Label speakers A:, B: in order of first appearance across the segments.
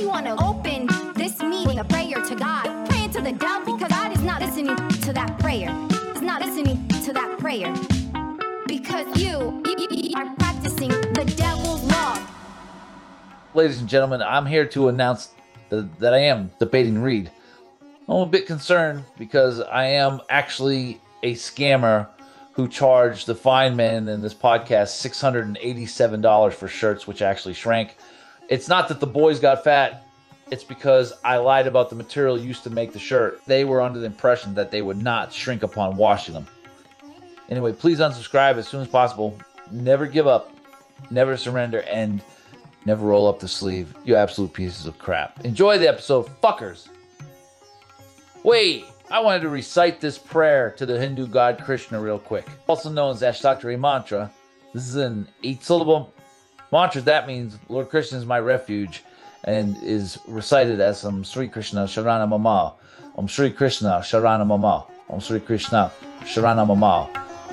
A: wanna open this meeting with a prayer to God. Praying to the devil because God is not listening to that prayer. Is not listening to that prayer. Because you, you, you are practicing the devil's law.
B: Ladies and gentlemen, I'm here to announce th- that I am debating Reed. I'm a bit concerned because I am actually a scammer who charged the fine men in this podcast $687 for shirts, which actually shrank. It's not that the boys got fat, it's because I lied about the material used to make the shirt. They were under the impression that they would not shrink upon washing them. Anyway, please unsubscribe as soon as possible. Never give up, never surrender, and never roll up the sleeve. You absolute pieces of crap. Enjoy the episode, fuckers. Wait, I wanted to recite this prayer to the Hindu god Krishna real quick, also known as Ashtakari Mantra. This is an eight syllable mantra that means Lord Krishna is my refuge and is recited as Om Sri Krishna Sharana Mama, Om Sri Krishna Sharana Mama, Om Sri Krishna Sharana Mama,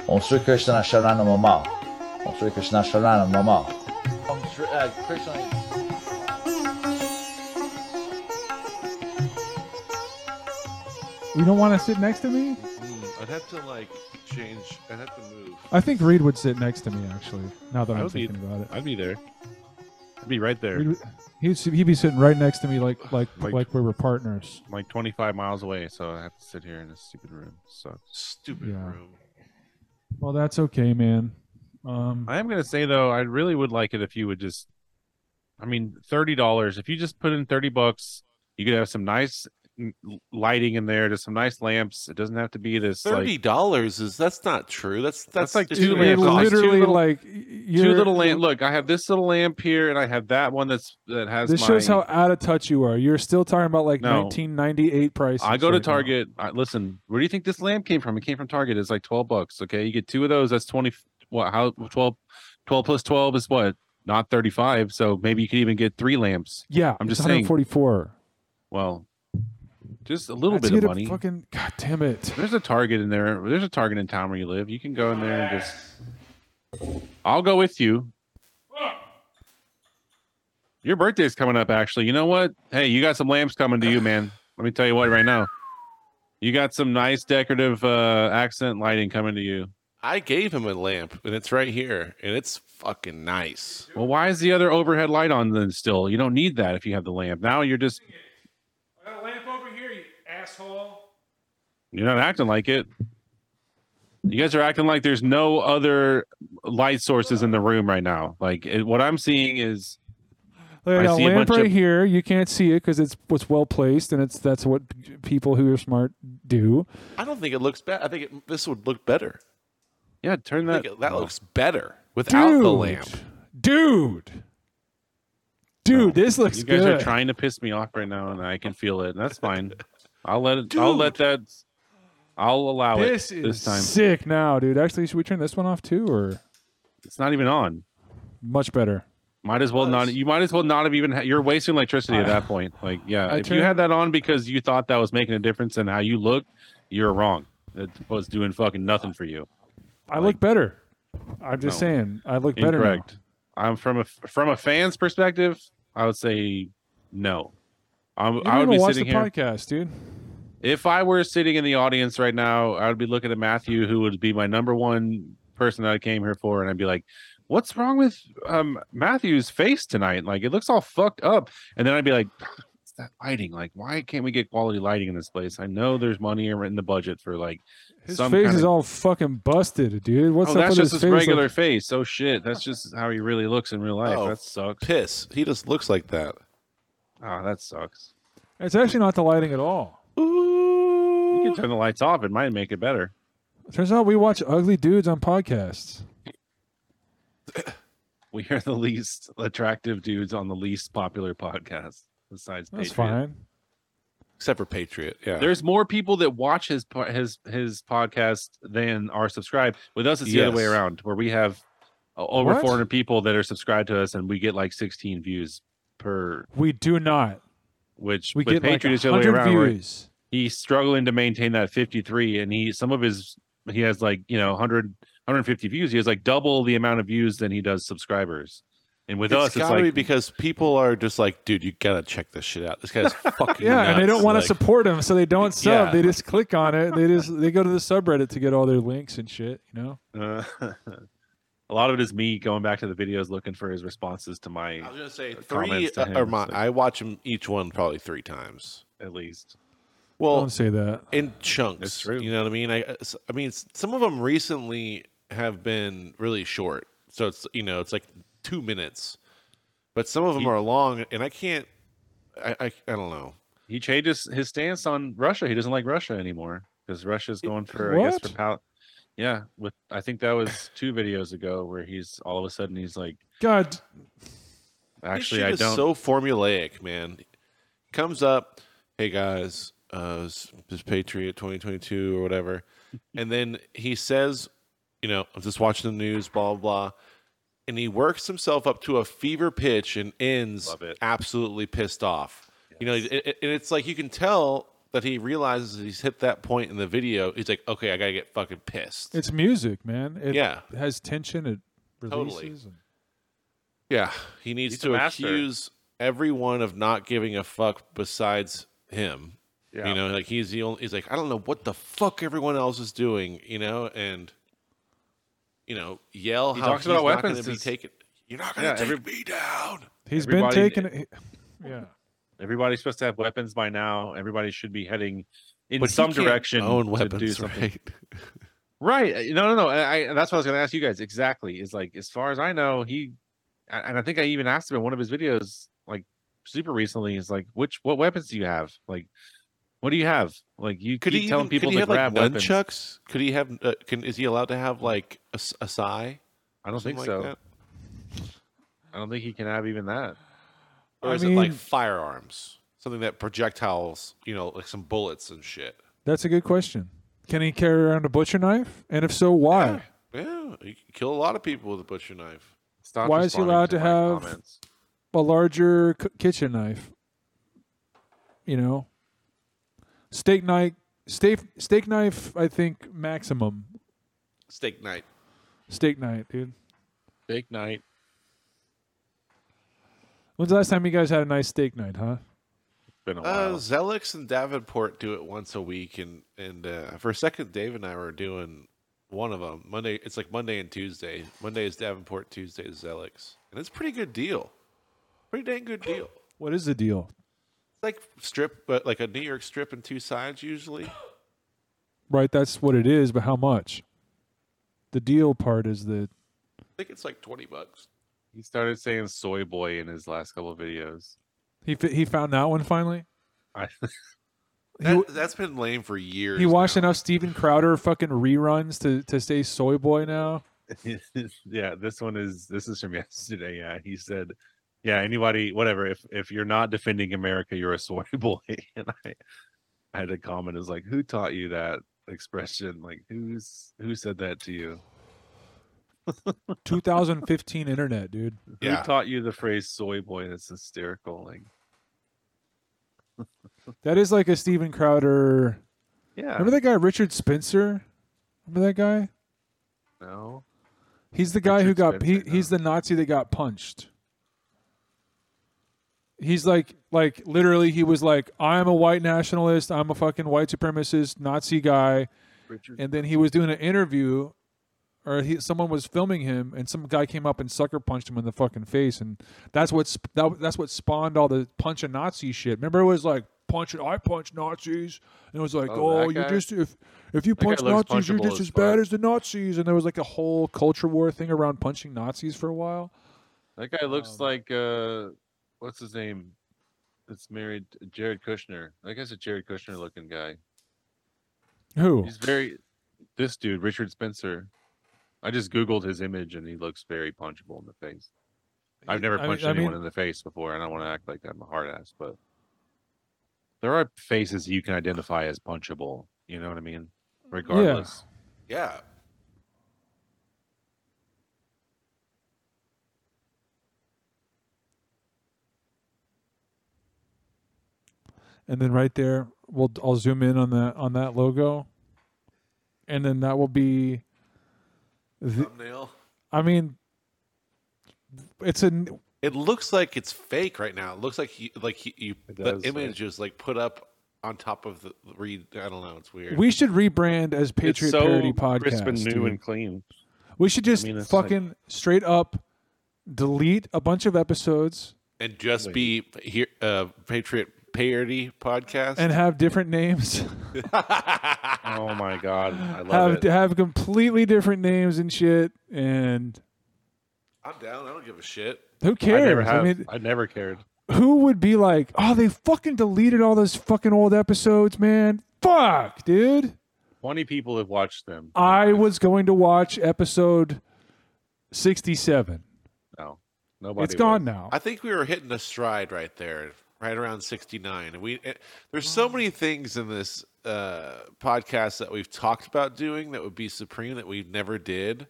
B: Om Sri Krishna Sharana Mama, Om Sri Krishna Sharana Mama. Om Sri uh, Krishna.
C: You don't want to sit next to me?
D: Mm, I'd have to like change. I'd have to move.
C: I think Reed would sit next to me actually. Now that
D: I
C: I'm
D: would be-
C: thinking about it,
D: I'd be there. I'd be right there,
C: Reed would- he'd s- he'd be sitting right next to me like like
D: Like-
C: like we were partners.
E: I'm like 25 miles away, so I have to sit here in this stupid room. Sucks.
D: Stupid
C: Yeah.
D: room.
C: Well, that's okay, man. Um,
E: I am gonna say though, I really would like it if you would just, I mean, thirty dollars. If you just put in thirty bucks, you could have some nice mm, lighting in there. Just some nice lamps. It doesn't have to be this
D: Thirty
E: like
D: dollars is that's not true. That's that's,
E: That's like
D: it's
E: two
D: really
E: lamps.
C: it
D: a cost.
E: Two
C: literally
E: little-
C: like
E: two
C: you
E: little lamp. Look, I have this little lamp here, and I have that one that's that has.
C: This
E: my,
C: shows how out of touch you are. You're still talking about like
E: No.
C: 1998 prices.
E: I go to
C: right now.
E: Target. I, listen, where do you think this lamp came from? It came from Target. It's like 12 bucks. Okay. You get two of those. That's 20. What? How 12? 12 plus 12 is what? Not 35. So maybe you could even get three lamps.
C: Yeah,
E: I'm
C: it's
E: just saying.
C: 144.
E: Well, just a little bit
C: Let's
E: of
C: get a
E: money.
C: Fucking god damn it!
E: There's a Target in there. There's a Target in town where you live. You can go in there and just. I'll go with you. Your birthday's coming up, actually. You know what? Hey, you got some lamps coming to you, man. Let me tell you what, right now, you got some nice decorative uh, accent lighting coming to you.
D: I gave him a lamp, and it's right here, and it's fucking nice.
E: Well, why is the other overhead light on then? Still, you don't need that if you have the lamp. Now you're just
F: I got a lamp over here, you asshole.
E: You're not acting like it. You guys are acting like there's no other light sources in the room right now. Like it, what I'm seeing is
C: Look
E: I
C: at that
E: see a
C: lamp
E: bunch
C: right
E: of-
C: here. You can't see it because it's what's well placed, and it's that's what p- people who are smart do.
D: I don't think it looks bad. I think it, this would look better.
E: yeah, turn
D: I
E: that.
D: think it- that
E: oh,
D: looks better without the lamp.
C: Dude. Dude, this looks
E: You guys
C: good.
E: are trying to piss me off right now, and I can feel it. And that's fine. I'll let it. I'll let that. I'll allow
C: this
E: it
C: is
E: this time.
C: sick now, dude. Actually, should we turn this one off too, or
E: It's not even on.
C: much better?
E: Might as well not. You might as well not have even. Ha- you're wasting electricity at that point. Like, yeah,
C: I
E: if
C: turn-
E: you had that on because you thought that was making a difference in how you look, you're wrong. It was doing fucking nothing for you.
C: I look better. I'm just
E: No.
C: saying, I look better. now.
E: Incorrect. I'm from a from a fan's perspective. I would say no. I'm,
C: You don't
E: I would
C: even
E: be
C: watch
E: sitting
C: the
E: here
C: podcast, dude.
E: if I were sitting in the audience right now. I would be looking at Matthew, who would be my number one person that I came here for, and I'd be like, "What's wrong with um, Matthew's face tonight? Like it looks all fucked up." And then I'd be like. "It's That lighting, like, why can't we get quality lighting in this place? I know there's money in the budget for like
C: His
E: some
C: face
E: kind
C: is
E: of-
C: all fucking busted, dude. What's
E: oh,
C: up
E: that's
C: with
E: just
C: his
E: his
C: face? Like-
E: regular face. Oh shit, that's just how he really looks in real life.
D: Oh,
E: that sucks.
D: Piss. He just looks like that.
E: Ah, that sucks.
C: it's actually not the lighting at all.
E: You can turn the lights off. It might make it better.
C: Turns out we watch ugly dudes on podcasts.
E: We are the least attractive dudes on the least popular podcast besides
C: That's
E: Patriot.
C: fine.
D: Except for Patriot. Yeah.
E: There's more people that watch his po- his his podcast than are subscribed. With us, it's the other way
D: Yes.
E: around, where we have uh, over
C: What?
E: 400 people that are subscribed to us, and we get like 16 views per.
C: We do not.
E: Which
C: We
E: with
C: get
E: Patriot
C: like
E: is the other way
C: 100
E: around. where
C: views.
E: he's struggling to maintain that 53 and he some of his he has like you know 100 150 views he has like double the amount of views than he does subscribers And with us,
D: it's
E: it's
D: gotta be
E: like
D: because people are just like, dude, you gotta check this shit out. This guy's fucking
C: Yeah, and they
D: nuts."
C: don't want to
D: Like,
C: support him, so they don't sub.
D: Yeah.
C: They just click on it. They just they go to the subreddit to get all their links and shit. You know,
E: uh, a lot of it is me going back to the videos looking for his responses to my
D: I was gonna say three uh,
E: Uh, comments to him,
D: or my.
E: so-
D: I watch them each one probably three times.
E: at least.
D: Well,
C: don't say that.
D: in chunks.
E: It's Oh, true.
D: You know what I mean? I, uh, s- I mean, s- some of them recently have been really short. So it's you know, it's like two minutes, but some of them are long, and I can't. I I, I don't know.
E: He changes his stance on Russia. He doesn't like Russia anymore because Russia's going for I guess for
C: What?
E: pal- yeah. With I think that was two videos ago where he's all of a sudden he's like,
C: God,
E: actually
D: this shit
E: I
D: is
E: don't.
D: so formulaic, man. Comes up, hey guys, uh, s- this Patriot 2022 or whatever, and then he says, you know, I'm just watching the news, blah blah, blah. and he works himself up to a fever pitch and ends
E: Love it.
D: absolutely pissed off. You know, it, it- and it's like you can tell that he realizes he's hit that point in the video. He's like, okay, I gotta get fucking pissed.
C: it's music, man. It
D: Yeah.
C: has tension. It
D: Totally.
C: releases. and-
D: Yeah, he needs
E: He's a
D: to
E: master.
D: accuse everyone of not giving a fuck besides him.
E: Yeah.
D: You know, like he's the only. He's like, I don't know what the fuck everyone else is doing. You know, and you know, yell.
E: He
D: how
E: talks
D: he's
E: about
D: not
E: weapons
D: gonna Be
E: is-
D: taken. You're not gonna
E: Yeah,
D: take
E: every-
D: me down.
C: He's
E: Everybody-
C: been taking. it. Yeah,
E: Everybody's supposed to have weapons by now. Everybody should be heading in
D: But he
E: some
D: can't
E: direction.
D: Own
E: to do
D: weapons,
E: something.
D: right?
E: Right. uh, No, no, no. I, I, that's what I was going to ask you guys. Exactly. Is like, as far as I know, he, a- and I think I even asked him in one of his videos, like super recently, is like, which, what weapons do you have? Like, what do you have? Like, you
D: Could
E: keep
D: he
E: telling
D: even,
E: people
D: could he
E: to
D: have
E: grab
D: like
E: weapons.
D: nunchucks? Could he have? Uh, can is he allowed to have like a, s- a sigh?
E: I don't think
D: Something
E: so.
D: like that?
E: I don't think he can have even that.
D: Or
C: I
D: is it like
C: mean-
D: firearms? Something that projectiles, you know, like some bullets and shit.
C: that's a good question. Can he carry around a butcher knife? And if so, why?
D: Yeah, you can kill a lot of people with a butcher knife.
E: Stop
C: Why is he
E: responding
C: allowed to
E: my
C: have-
E: comments.
C: a larger c- kitchen knife. You know, steak knife, steak steak knife. I think maximum
D: Steak night.
C: steak knife, dude.
E: big night?
C: When's the last time you guys had a nice steak night, huh?
E: It's been a
D: Uh,
E: while.
D: Zelix and Davenport do it once a week, and and uh, for a second, Dave and I were doing one of them Monday. It's like Monday and Tuesday. Monday is Davenport, Tuesday is Zelix, and it's a pretty good deal. Pretty dang good deal. It's
C: What is the deal?
D: like strip, but like a New York strip and two sides usually.
C: Right, that's what it is, but how much? The deal part is the
D: I think it's like twenty bucks.
E: he started saying soy boy in his last couple of videos.
C: he fi- he found that one finally.
E: I-
C: He
D: That,
C: w-
D: that's been lame for years.
C: he watched
D: now.
C: enough Steven Crowder fucking reruns to to say soy boy now.
E: yeah, this one is this is from yesterday. Yeah, he said, "Yeah, anybody, whatever. If if you're not defending America, you're a soy boy." And I, I had a comment is like, "Who taught you that expression? Like, who's who said that to you?
C: 2015 internet, dude.
D: Yeah.
E: Who taught you the phrase soy boy? That's hysterical. Like,
C: That is like a Steven Crowder
E: yeah,
C: Remember that guy Richard Spencer? Remember that guy?
E: no,
C: He's the guy who
E: Richard
C: got he,
E: Spencer,
C: he's the Nazi that got punched. He's like like literally he was like I'm a white nationalist, I'm a fucking white supremacist Nazi guy
E: Richard.
C: and then he was doing an interview or he, someone was filming him and some guy came up and sucker punched him in the fucking face and that's what sp- that, that's what spawned all the punch a nazi shit remember it was like punch i punch nazis and it was like
E: Oh,
C: oh,
E: that
C: you're
E: guy?
C: just if if you
E: guy
C: punch
E: looks
C: nazis you're
E: punchable
C: just
E: as
C: as bad
E: fuck.
C: as the nazis and there was like a whole culture war thing around punching nazis for a while
E: That guy looks
C: Um,
E: like uh, what's his name? That's married to Jared Kushner. That guy's a Jared Kushner looking guy.
C: who
E: He's very this dude, Richard Spencer. I just googled his image and he looks very punchable in the face. I've never
C: I mean-
E: punched
C: I
E: anyone
C: mean-
E: in the face before, and I want to act like I'm a hard ass, but there are faces you can identify as punchable. You know what I mean? Regardless.
D: Yeah.
C: and then right there we'll I'll zoom in on that on that logo and then that will be
D: Thumbnail.
C: I mean, it's an
D: It looks like it's fake right now. It looks like he, like he, you,
E: does,
D: the image is like put up on top of the read. I don't know. It's weird.
C: we should rebrand as Patriot
E: it's so
C: Parody Podcast.
E: crisp and new
C: dude.
E: and clean.
C: we should just
E: I mean, it's like-
C: fucking straight up delete a bunch of episodes
D: and just be here, uh, Patriot parody podcast.
C: and have different names.
E: Oh my god, I love it.
C: have have completely different names and shit. And
D: I'm down. I don't give a shit.
C: who
E: I
C: cares?
E: never have. I,
C: mean,
E: never cared.
C: who would be like, oh, they fucking deleted all those fucking old episodes, man? Fuck, dude.
E: Twenty people have watched them.
C: I was going to watch episode 67.
E: No, nobody.
C: it's
E: would.
C: gone now.
D: I think we were hitting a stride right there, right around 69. And we eh, there's so many things in this uh, podcast that we've talked about doing that would be supreme that we never did.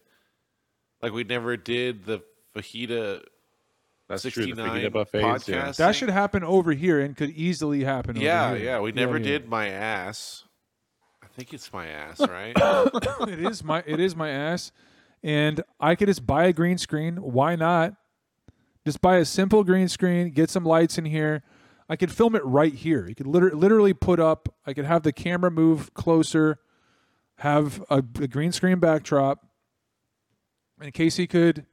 D: Like we never did the fajita
E: That's true. The
D: 69
E: Fajita buffets. Yeah.
D: podcast.
C: that should happen over here and could easily happen over
D: Yeah,
C: here.
D: yeah. We never
C: Oh, yeah.
D: did my ass. I think it's my ass, right?
C: it is my it is my ass and i could just buy a green screen why not just buy a simple green screen get some lights in here i could film it right here you could liter- literally put up i could have the camera move closer have a, a green screen backdrop and casey could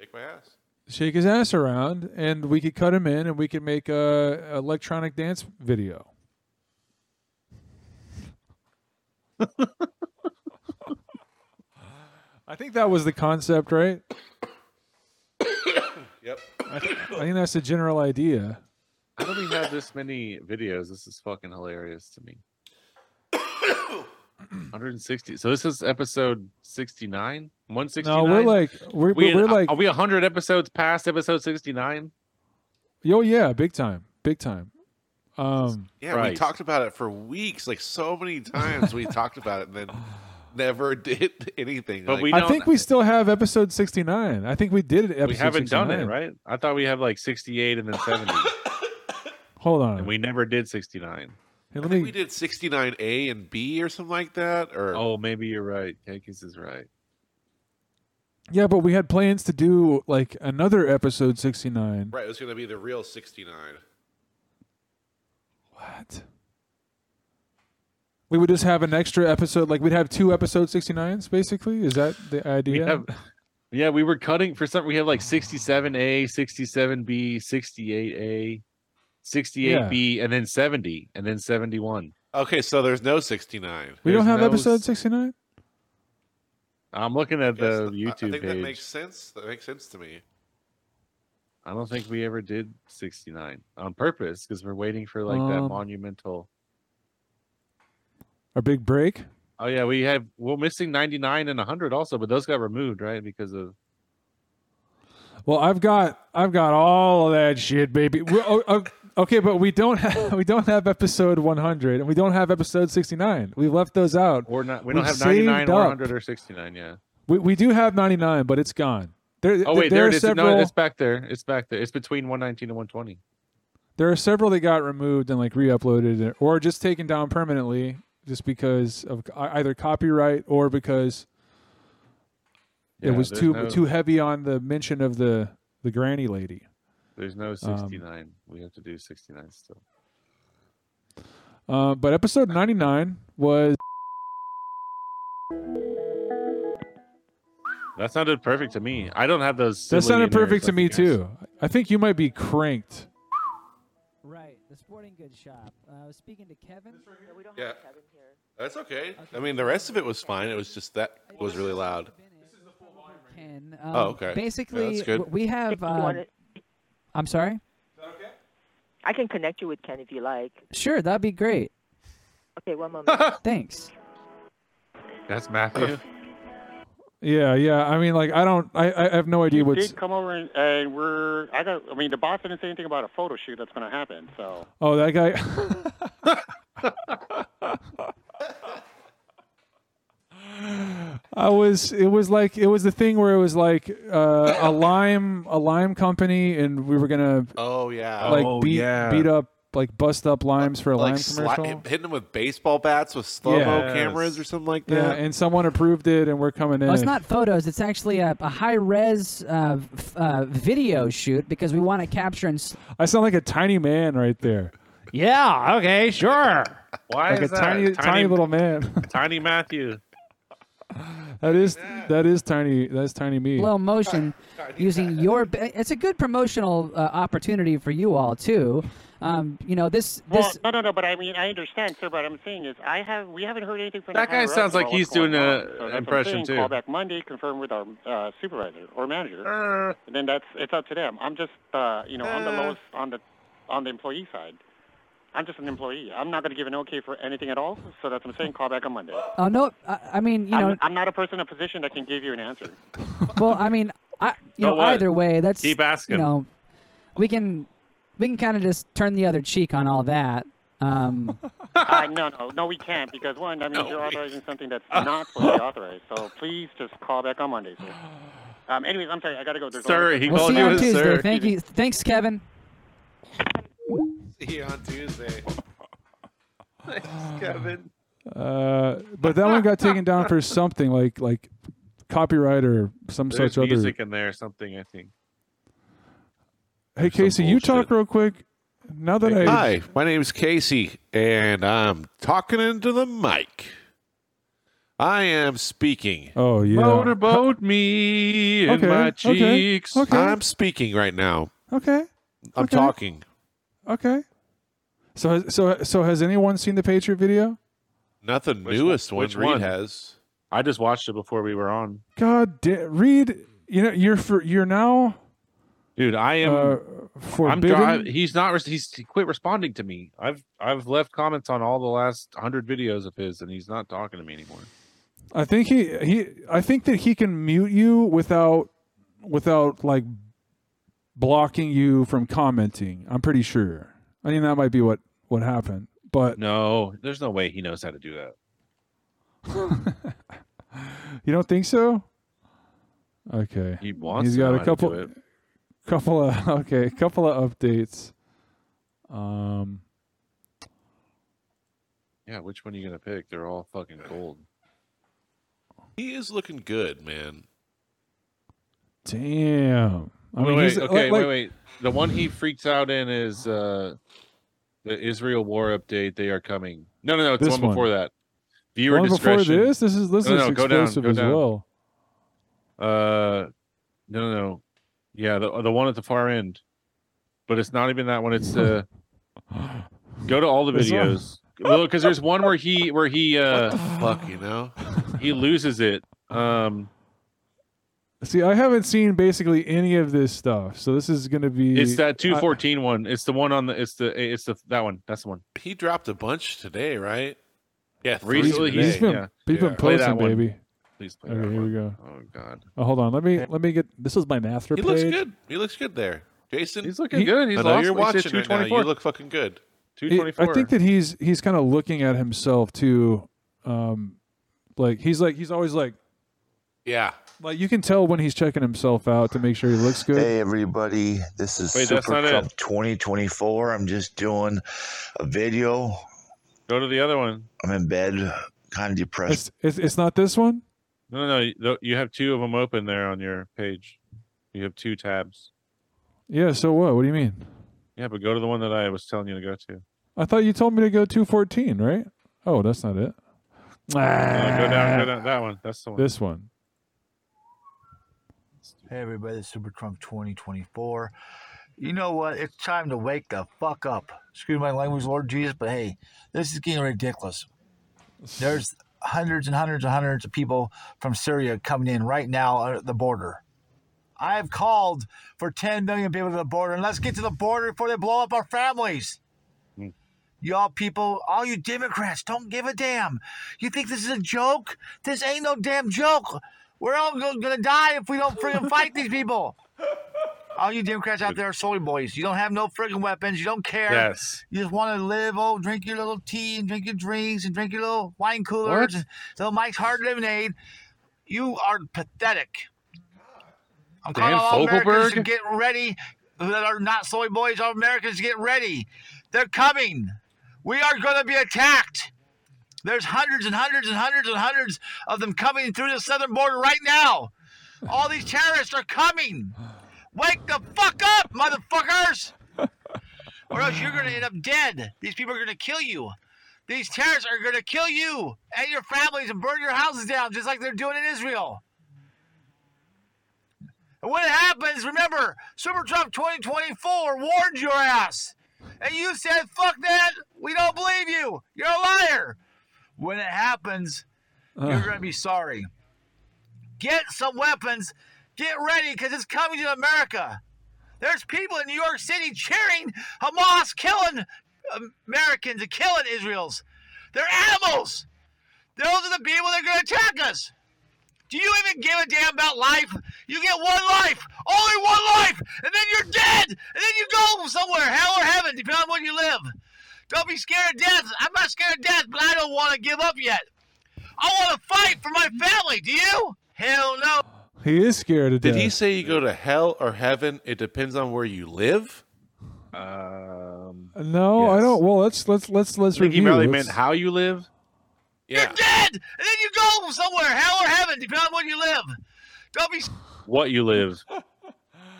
D: Shake my ass.
C: shake his ass around and we could cut him in and we could make a electronic dance video i think that was the concept right
D: Yep.
C: i think that's the general idea
E: How do we have this many videos? This is fucking hilarious to me. 160. So this is episode 69. 169.
C: no we're like we're,
E: we, uh,
C: we're like
E: are we 100 episodes past episode 69?
C: yo yeah big time big time um
D: Yeah, we
E: Christ.
D: talked about it for weeks, like so many times we talked about it and then never did anything.
E: But
D: like,
E: we
C: i
E: don't-
C: think we still have episode 69 i think we did it episode
E: we haven't done it,
C: 69.
E: right? I thought we have like 68 and then 70,
C: hold on
E: and we never did 69.
C: Hey,
D: I
C: let
D: think
C: me
D: we did 69A and B or something like that. Or
E: Oh, maybe you're right. Yankees is right.
C: yeah but we had plans to do like another episode 69
D: right, it was going to be the real 69.
C: What? We would just have an extra episode, like we'd have two episode 69s, basically. Is that the
E: We
C: idea?
E: have, yeah, we were cutting for something. We have like 67A, 67B, 68A, 68B, and then 70, and then 71.
D: Okay, so there's no 69.
C: we don't
E: there's
C: have
E: no
C: episode
E: s-
C: 69?
E: I'm looking at
D: Yes,
E: the
D: I- I
E: YouTube
D: think that
E: page.
D: makes sense. That makes sense to me.
E: I don't think we ever did 69 on purpose because we're waiting for like that
C: Um,
E: monumental.
C: Our big break?
E: Oh yeah, we have we're missing 99 and 100 also, but those got removed right because of
C: Well, I've got I've got all of that shit, baby. We're- oh, oh, okay, but we don't have we don't have episode 100 and we don't have episode 69. We left those out.
E: or not. We
C: We
E: don't have
C: saved
E: 99 or
C: up.
E: 100 or 69. Yeah.
C: We, we do have 99, but it's gone. There,
E: Oh wait, there
C: are
E: it is.
C: several
E: No, it's back there. It's back there. It's between 119 and 120.
C: there are several that got removed and like re-uploaded or just taken down permanently just because of c- either copyright or because it
E: Yeah,
C: was
E: there's
C: too
E: no-
C: too heavy on the mention of the the granny lady.
E: There's no
C: um,
E: 69. we have to do 69 still.
C: Uh, but episode 99 was
E: That sounded perfect to me. I don't have those.
C: Oh.
E: silly
C: that sounded
E: inner
C: perfect to me
E: fucking guys.
C: too. I think you might be cranked.
G: Right, the sporting goods shop. Uh, I was speaking to Kevin.
H: We don't
D: Yeah.
H: have Kevin here.
D: That's okay. I mean, the rest of it was fine. It was just that was really loud.
G: This is the full volume. Ken. Um,
D: Oh, okay. Yeah,
G: Basically,
D: that's good.
G: w- we have.
H: you
G: Uh,
I: um,
H: want it?
G: I'm sorry.
H: I can connect you with Ken if you like.
G: Sure, that'd be great.
H: Okay, one moment.
G: Thanks.
E: That's Matthew.
C: Yeah, yeah. I mean, like I don't, I, I have no idea what's.
J: did come over and, and we're I don't I mean the boss didn't say anything about a photo shoot that's going to happen. So
C: Oh, that guy. I was. It was like it was the thing where it was like uh, a lime, a lime company, and we were gonna
D: Oh, yeah.
C: like
E: Oh,
C: beat
E: yeah.
C: beat up like bust up limes for a
D: like
C: lime
D: sla-
C: commercial.
D: hitting them with baseball bats with slow mo
C: Yes.
D: cameras or something like
C: yeah,
D: that.
C: and someone approved it, and we're coming in.
I: Well, it's not photos. It's actually a, a high res uh, f- uh, video shoot because we want to capture and. s-
C: I sound like a tiny man right there,
E: Yeah. Okay. Sure. Why
C: like a
E: is that?
C: tiny, tiny, little man.
E: tiny Matthew?
C: that is that is tiny. That's tiny me.
I: slow motion using your ba- it's a good promotional uh, opportunity for you all too um, you know this
J: Well,
I: this
J: no, no, no. But I mean, I understand, sir. But I'm saying is, I have we haven't heard anything from the
E: That guy
J: higher-ups
E: sounds like
J: about what's
E: he's doing
J: going
E: a-
J: on. So that's what I'm
E: impression,
J: saying,
E: too.
J: Call back Monday, confirm with our uh, supervisor or manager,
E: Uh.
D: Uh,
J: and then that's it's up to them. I'm just, uh, you know, I'm the lowest on the on the employee side. I'm just an employee. I'm not going to give an okay for anything at all. So that's what I'm saying. Call back on Monday.
I: oh no I, I mean you know
J: I'm, I'm not a person in a position that can give you an answer.
I: well I mean I you
E: So
I: know
E: what?
I: either way that's
E: Keep asking.
I: you know we can we can kind of just turn the other cheek on all that um,
J: uh, no, no, no, we can't because one, that means you're authorizing something that's not what they authorized. So please just call back on Monday, sir. Um, anyways, I'm sorry, I gotta go. There's
E: Sir,
J: already-
E: he
I: we'll
E: called
I: see you
E: you
I: on
E: a
I: Tuesday
E: sir.
I: thank you thanks Kevin
D: See you on Tuesday. Thanks, Kevin.
C: Uh, but that one got taken down for something like like copyright or some
E: There's
C: such other.
E: music in there, or something. I think.
D: some
C: Hey Casey, you
D: bullshit.
C: talk real quick. Now that I
D: Hi, my name's Casey, and I'm talking into the mic. I am speaking.
C: oh yeah,
E: Motorboat me in
C: Okay,
E: my
C: okay,
E: cheeks.
C: okay.
D: I'm speaking right now.
C: okay,
D: I'm
C: Okay.
D: talking.
C: okay. So has- so so has anyone seen the Patriot video?
D: Not the
E: Which
D: newest
E: one-
D: one,
E: which
D: Reed
E: one?
D: has.
E: I just watched it before we were on.
C: God, da- Reed, you know you're for you're now
E: Dude, I am.
C: uh,
E: I'm
C: forbidden.
E: dri- he's not. res- He's he quit responding to me. I've I've left comments on all the last hundred videos of his, and he's not talking to me anymore.
C: I think he he I think that he can mute you without without like blocking you from commenting. I'm pretty sure. I think that might be what what happened. But
E: No, there's no way he knows how to do that.
C: you don't think so? Okay.
E: He wants.
C: He's
E: to
C: got
E: know
C: a
E: how to
C: couple-
E: do it.
C: couple of okay, couple of updates. Um
E: Yeah, which one are you gonna pick? They're all fucking gold.
D: He is looking good, man.
C: damn. I
E: wait,
C: mean,
E: wait,
C: he's-
E: okay,
C: like-
E: wait, wait. The one he freaks out in is uh the Israel war update. They are coming. No, no, no. It's the
C: This
E: one,
C: one.
E: before that. Viewer
C: One before
E: discretion.
C: this, this is this
E: No,
C: is
E: no, go down,
C: explosive
E: go
C: as
E: down.
C: well.
E: Uh, no, no, no. Yeah, the the one at the far end. But it's not even that one. It's uh, go to all the
C: This one?
E: videos. Well, because there's one where he where he uh
D: Fuck, you know?
E: he loses it. Um,
C: See, I haven't seen basically any of this stuff, so this is going to be
E: it's that
C: I-
E: 214 one. It's the one on the. It's the. It's the that one. That's the one.
D: He dropped a bunch today, right? Yeah, three
E: Recently,
D: today.
C: He's been,
E: yeah,
C: he's been
D: yeah.
E: Play that
C: posting,
E: one.
C: baby.
E: Please play.
C: Okay,
E: that
C: here
E: one.
C: we go.
E: Oh God,
C: Oh, hold on, let me let me get. This is my master
D: He
C: page.
D: looks good. He looks good there, Jason.
E: he's looking
C: He-
E: good. He's
D: I know
E: lost.
D: you're
E: He's
D: watching
E: at
D: right now.
E: 224.
D: You look fucking good.
C: He-
E: 224.
C: I think that he's he's kind of looking at himself too. Um, like he's like he's always like
D: Yeah.
C: like you can tell when he's checking himself out to make sure he looks good.
K: Hey everybody, this is
E: Wait, that's
K: Super
E: not it.
K: Cup 2024. I'm just doing a video.
E: Go to the other one.
K: I'm in bed, kind of depressed.
C: It's, it's it's not this one.
E: No, no, no. you- tho- You have two of them open there on your page. You have two tabs.
C: Yeah. So what? What do you mean?
E: Yeah, but go to the one that I was telling you to go to.
C: I thought you told me to go two fourteen, right? Oh, that's not it.
E: Uh, go down, go down. That one. That's the one.
C: This one.
K: Hey everybody, this is Super Trump 2024. You know what? It's time to wake the fuck up. Excuse my language, Lord Jesus, but hey, this is getting ridiculous. There's hundreds and hundreds and hundreds of people from Syria coming in right now at the border. I've called for 10 million people to the border, and let's get to the border before they blow up our families. Y'all people, all you Democrats, don't give a damn. You think this is a joke? This ain't no damn joke. We're all go- gonna die if we don't friggin' fight these people. All you Democrats out there are soy boys. You don't have no friggin' weapons. You don't care.
E: Yes.
K: You just want to live, oh, drink your little tea and drink your drinks and drink your little wine coolers, and little Mike's Hard Lemonade. You are pathetic. I'm calling
E: Dan
K: all Americans to
E: Fogelberg?
K: get ready that are not soy boys. All Americans to get ready. They're coming. We are going to be attacked. There's hundreds and hundreds and hundreds and hundreds of them coming through the southern border right now. All these terrorists are coming. Wake the fuck up, motherfuckers! Or else you're going to end up dead. These people are going to kill you. These terrorists are going to kill you and your families and burn your houses down just like they're doing in Israel. And when it happens, remember, Super Trump 2024 warned your ass. And you said, fuck that, we don't believe you. You're a liar. When it happens, you're
C: Ugh.
K: going to be sorry. Get some weapons. Get ready because it's coming to America. There's people in New York City cheering Hamas killing Americans and killing Israels. They're animals. Those are the people that are going to attack us. Do you even give a damn about life? You get one life, only one life, and then you're dead, and then you go somewhere, hell or heaven, depending on where you live. Don't be scared of death. I'm not scared of death, but I don't want to give up yet. I want to fight for my family. Do you? Hell no.
C: He is scared of
D: Did
C: death.
D: he say you go to hell or heaven? It depends on where you live. Um,
C: No, I don't. Well, let's let's let's let's
D: I think he
C: review.
D: probably
C: Let's-
D: meant how
E: you live.
D: Yeah.
K: Dead, and then you go somewhere, hell or heaven, depending on where you live. Don't be
E: What you live.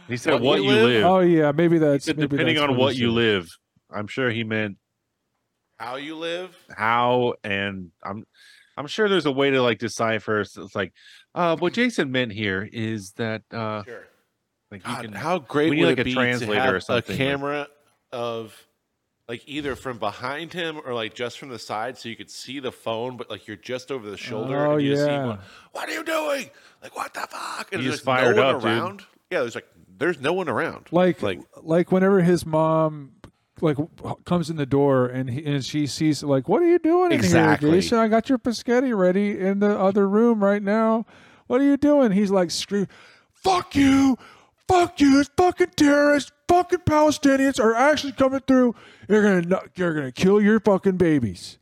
E: He said what, you live.
C: Oh yeah, maybe that's
E: He said,
C: maybe
E: depending
C: that's
E: on what
C: he
E: you
C: said.
E: live. I'm sure he meant
D: How you live?
E: how and I'm I'm sure there's a way to like decipher. So it's like uh what Jason meant here is that uh like you
D: God,
E: can
D: how great would
E: we need like
D: it
E: a
D: be
E: translator
D: to have
E: or something.
D: a
E: like-
D: camera of like either from behind him or like just from the side, so you could see the phone, but like you're just over the shoulder.
C: Oh,
D: and you just see
C: yeah.
D: one, what are you doing? Like what the fuck? And
E: You
D: there's
E: just fired
D: no one
E: up, dude.
D: around. Yeah, there's like there's no one around.
C: like
D: like
C: like like whenever his mom like comes in the door and he, and she sees like what are you doing in
D: Exactly.
C: here Jason I got your biscotti ready in the other room right now what are you doing he's like screw fuck you fuck you it's fucking terrorists fucking Palestinians are actually coming through you're gonna kno- you're gonna kill your fucking babies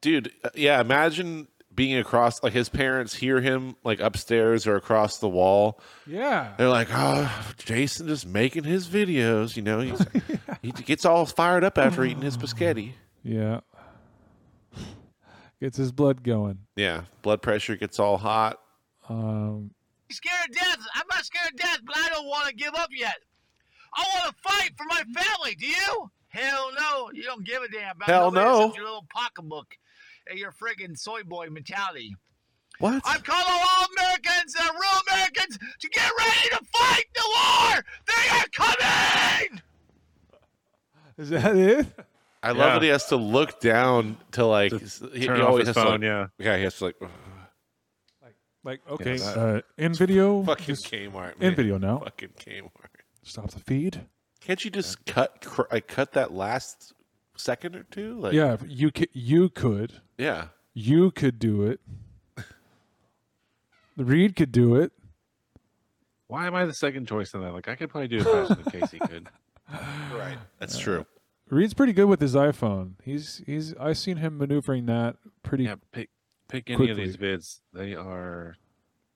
D: dude uh, yeah imagine being across like his parents hear him like upstairs or across the wall
C: yeah
D: they're like oh jason just making his videos you know he's, he gets all fired up after eating his biscotti
C: yeah gets his blood going
D: yeah blood pressure gets all hot
C: um
K: scared of death. I'm not scared of death, but I don't want to give up yet. I want to fight for my family. Do you? Hell no. You don't give a damn about
D: Hell
K: nobody
D: no.
K: except your little pocketbook and your friggin' soy boy mentality.
D: what
K: I'm calling all Americans and real Americans to get ready to fight the war. They are coming.
C: is that it
D: i love
E: Yeah.
D: that he has to look down to like he,
E: turn
D: he
E: off
D: always
E: his
D: has to,
E: phone,
D: like,
E: yeah.
D: yeah he has to like
C: like okay
D: that-
C: uh, in video
D: fucking
C: just
D: kmart
C: in
D: man.
C: video now
D: fucking kmart
C: stop the feed
D: can't you just cut cr- like cut that last second or two like
C: yeah, you could, you could,
D: yeah
C: you could do it. Reed could do it.
E: Why am I the second choice in that? Like I could probably do it faster than Casey could.
D: right that's true
C: Reed's pretty good with his iPhone. He's he's I've seen him maneuvering that pretty.
E: Yeah, pick pick any of these vids. They are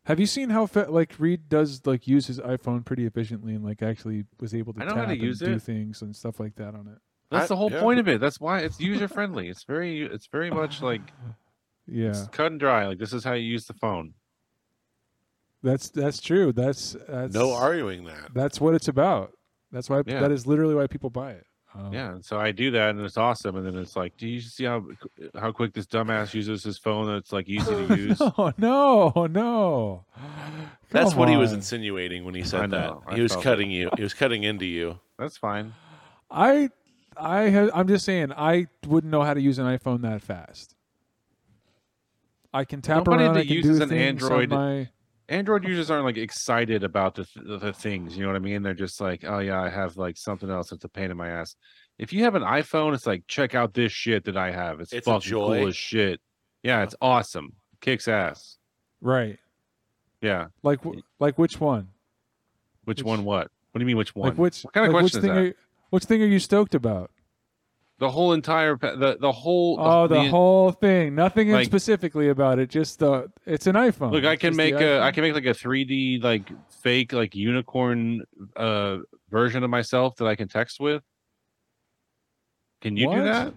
C: Have you seen how fa- like Reed does like use his iPhone pretty efficiently and like actually was able to
E: I know how
C: tap
E: to
C: and
E: use
C: do
E: it.
C: things and stuff like that on it.
E: that's
D: I-
E: the whole
D: yeah.
E: point of it. That's why it's user friendly. It's very it's very much like
C: Yeah,
E: it's cut and dry. Like this is how you use the phone.
C: that's that's true. That's that's
D: no arguing that
C: That's what it's about. That's why
E: Yeah.
C: that is literally why people buy it. Um,
E: Yeah, and so I do that, and it's awesome. And then it's like, do you see how uh, how quick this dumbass uses his phone? And it's like easy to use.
C: No, Oh, no, no.
D: That's
C: Come
D: what he was
C: on.
D: insinuating when he
E: I
D: said that.
E: know, I
D: he was
E: felt
D: cutting you. He was cutting into you.
E: That's fine.
C: I I have, I'm just saying I wouldn't know how to use an iPhone that fast. I can tap
E: Nobody
C: around. I
E: that
C: can
E: uses
C: do
E: an
C: things on
E: Android-
C: my-
E: Android users aren't like excited about the, th- the- the things. You know what I mean? They're just like, oh yeah, I have like something else that's a pain in my ass. If you have an iPhone, it's like, check out this shit that I have. It's,
D: It's a
E: fucking
D: joy.
E: cool as shit.
C: Uh
E: Yeah, it's awesome. Kicks ass.
C: right.
E: Yeah.
C: Like wh- like which one?
E: Which,
C: Which-
E: one? What? What do you mean? Which one?
C: Like which?
E: what kind of
C: like
E: question
C: which thing
E: is that?
C: Are, which thing are you stoked about?
E: The whole entire pa- the the whole
C: Oh, the, whole thing. Nothing in
E: like-
C: specifically about it. Just the it's an iPhone.
E: Look, I can
C: Oh, Just the
E: make a I
C: iPhone.
E: can make like a 3D like fake like unicorn uh version of myself that I can text with. Can you
D: What?
E: do that?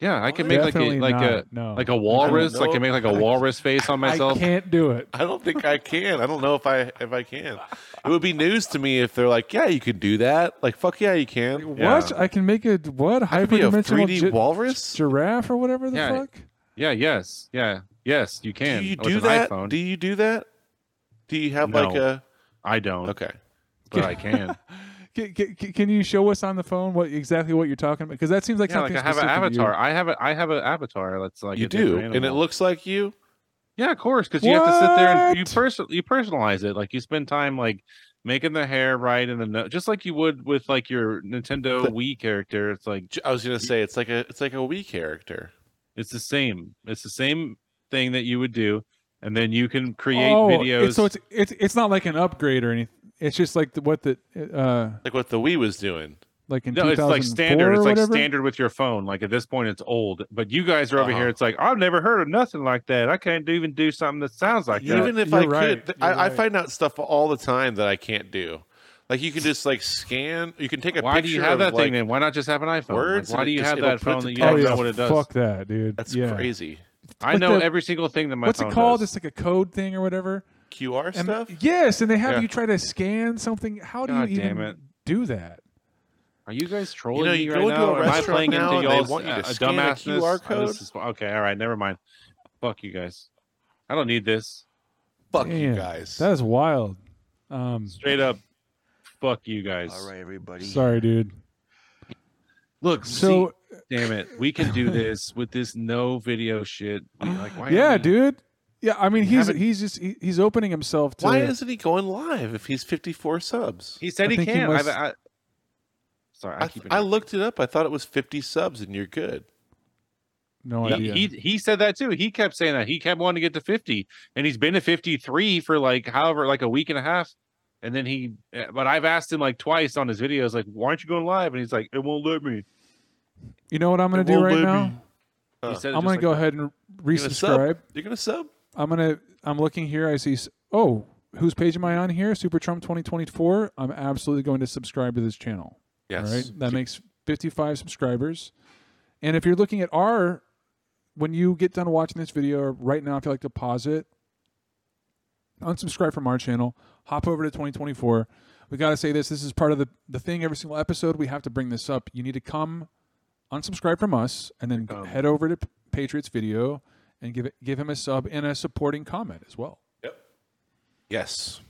E: Yeah, I can make
C: Definitely
E: like a like a
C: not, no.
E: like a walrus.
D: I
E: I
D: don't
E: can make like a
D: know.
E: walrus face on myself.
C: do it.
D: I don't think I can. I don't know if I if I can. It would be news to me if they're like, "Yeah, you could do that." Like, fuck yeah, you can.
C: What? I can make a what?
D: could be a
C: Hyperdimensional
D: 3D
C: gi-
D: walrus?
C: giraffe or whatever the
E: Yeah.
C: fuck.
E: Yeah. Yes. Yeah. Yes. You can.
D: Do you
E: with
D: do
E: an
D: that?
E: iPhone.
D: Do you do that? Do you have like
E: No.
D: a?
E: I don't.
D: Okay.
E: But I can.
C: Can, can, can you show us on the phone what exactly what you're talking about? Because that seems like
E: yeah, like
C: something
E: I have an
C: specific to you.
E: avatar. I have a I have an avatar. That's like
D: You
E: a different
D: do, and it
E: animal.
D: looks like you.
E: Yeah, of course, because you have to sit there and you
C: What?
E: person you personalize it. Like you spend time like making the hair right and the no- just like you would with like your Nintendo Wii character. It's like
D: J- I was gonna say it's like a it's like a Wii character.
E: it's the same. It's the same thing that you would do, and then you can create
C: oh,
E: videos.
C: it's- so it's it's it's not like an upgrade or anything. It's just like the, what the uh
D: Like what the Wii was doing.
C: like in
E: no, it's like
C: 2004
E: standard.
C: or
E: It's like
C: whatever?
E: standard with your phone. Like at this point, it's old. But you guys are over
D: Uh-huh.
E: here. It's like I've never heard of nothing like that. I can't even do something that sounds like that.
D: Even if
C: You're
D: I
C: right.
D: could, th- I,
C: You're
D: I
C: right.
D: find out stuff all the time that I can't do. Like you can just like scan. You can take a
E: why
D: picture.
E: do you have
D: of,
E: that
D: like-
E: thing then? Why not just have an iPhone? Like,
D: words
E: why
D: and
E: do
D: it
E: you
D: just-
E: have
D: it'll
E: that
D: put it
E: phone
D: to
E: that you
C: Oh
E: don't
D: text.
C: yeah,
E: know what it does?
C: fuck that, dude.
D: That's
C: yeah.
D: crazy.
E: I
C: What
E: know
C: the-
E: every single thing that my
C: What's
E: phone
C: it called?
E: does.
C: It's like a code thing or whatever.
D: QR
C: And-
D: stuff.
C: Yes, and they have
D: Yeah.
C: you try to scan something. How do
E: God
C: you
E: damn
C: even
E: it.
C: do that?
E: Are you guys trolling
D: know, you
E: me
D: go
E: right
D: into a
E: now? Am I
D: restaurant
E: playing
D: now
E: into
D: and they
E: y'all's
D: want you to
E: uh,
D: scan a QR
E: dumbassness? Oh, this
D: code?
E: is- okay, all right, never mind. Fuck you guys. I don't need this.
D: Fuck you
C: Damn,
D: guys.
C: That is wild. Um,
E: Straight up, fuck you guys.
K: All right, everybody.
C: sorry, dude.
E: Look, so
C: So
E: damn it, we can do this with this no video shit. We- Like, why
C: yeah,
E: are we-
C: dude. Yeah, I mean, he's
E: haven't-
C: he's just he, he's opening himself to.
D: Why isn't he going live if he's 54 subs?
E: He said
C: I
E: he
C: think he
E: can. not
C: must-
E: I, I, sorry, I,
D: I,
E: keep.
D: I looked it up. I thought it was 50 subs, and you're good.
C: no
E: he,
C: idea?
E: he he said that too. He kept saying that. He kept wanting to get to 50 and he's been to 53 for like however like a week and a half. And then he eh, but I've asked him like twice on his videos like why aren't you going live and he's like it won't let me.
C: you know what I'm gonna
D: It
C: do
D: won't
C: right
D: let
C: now?
D: me.
E: He
D: Huh.
E: said it
C: Uh, I'm
E: just
C: gonna
E: like
C: go
E: that.
C: ahead and
D: You're gonna sub?
C: resubscribe.
D: You're gonna sub.
C: I'm gonna. I'm looking here. I see. s- Oh, whose page am I on here? Super Trump 2024. I'm absolutely going to subscribe to this channel.
D: Yes.
C: All right. That makes 55 subscribers. And if you're looking at our, when you get done watching this video or right now, if you like to pause it, unsubscribe from our channel, hop over to 2024. We got to say this. This is part of the, the thing. Every single episode, we have to bring this up. You need to come unsubscribe from us and then
E: Come.
C: head over to P- Patriots Video and give it, give him a sub and a supporting comment as well.
D: Yes.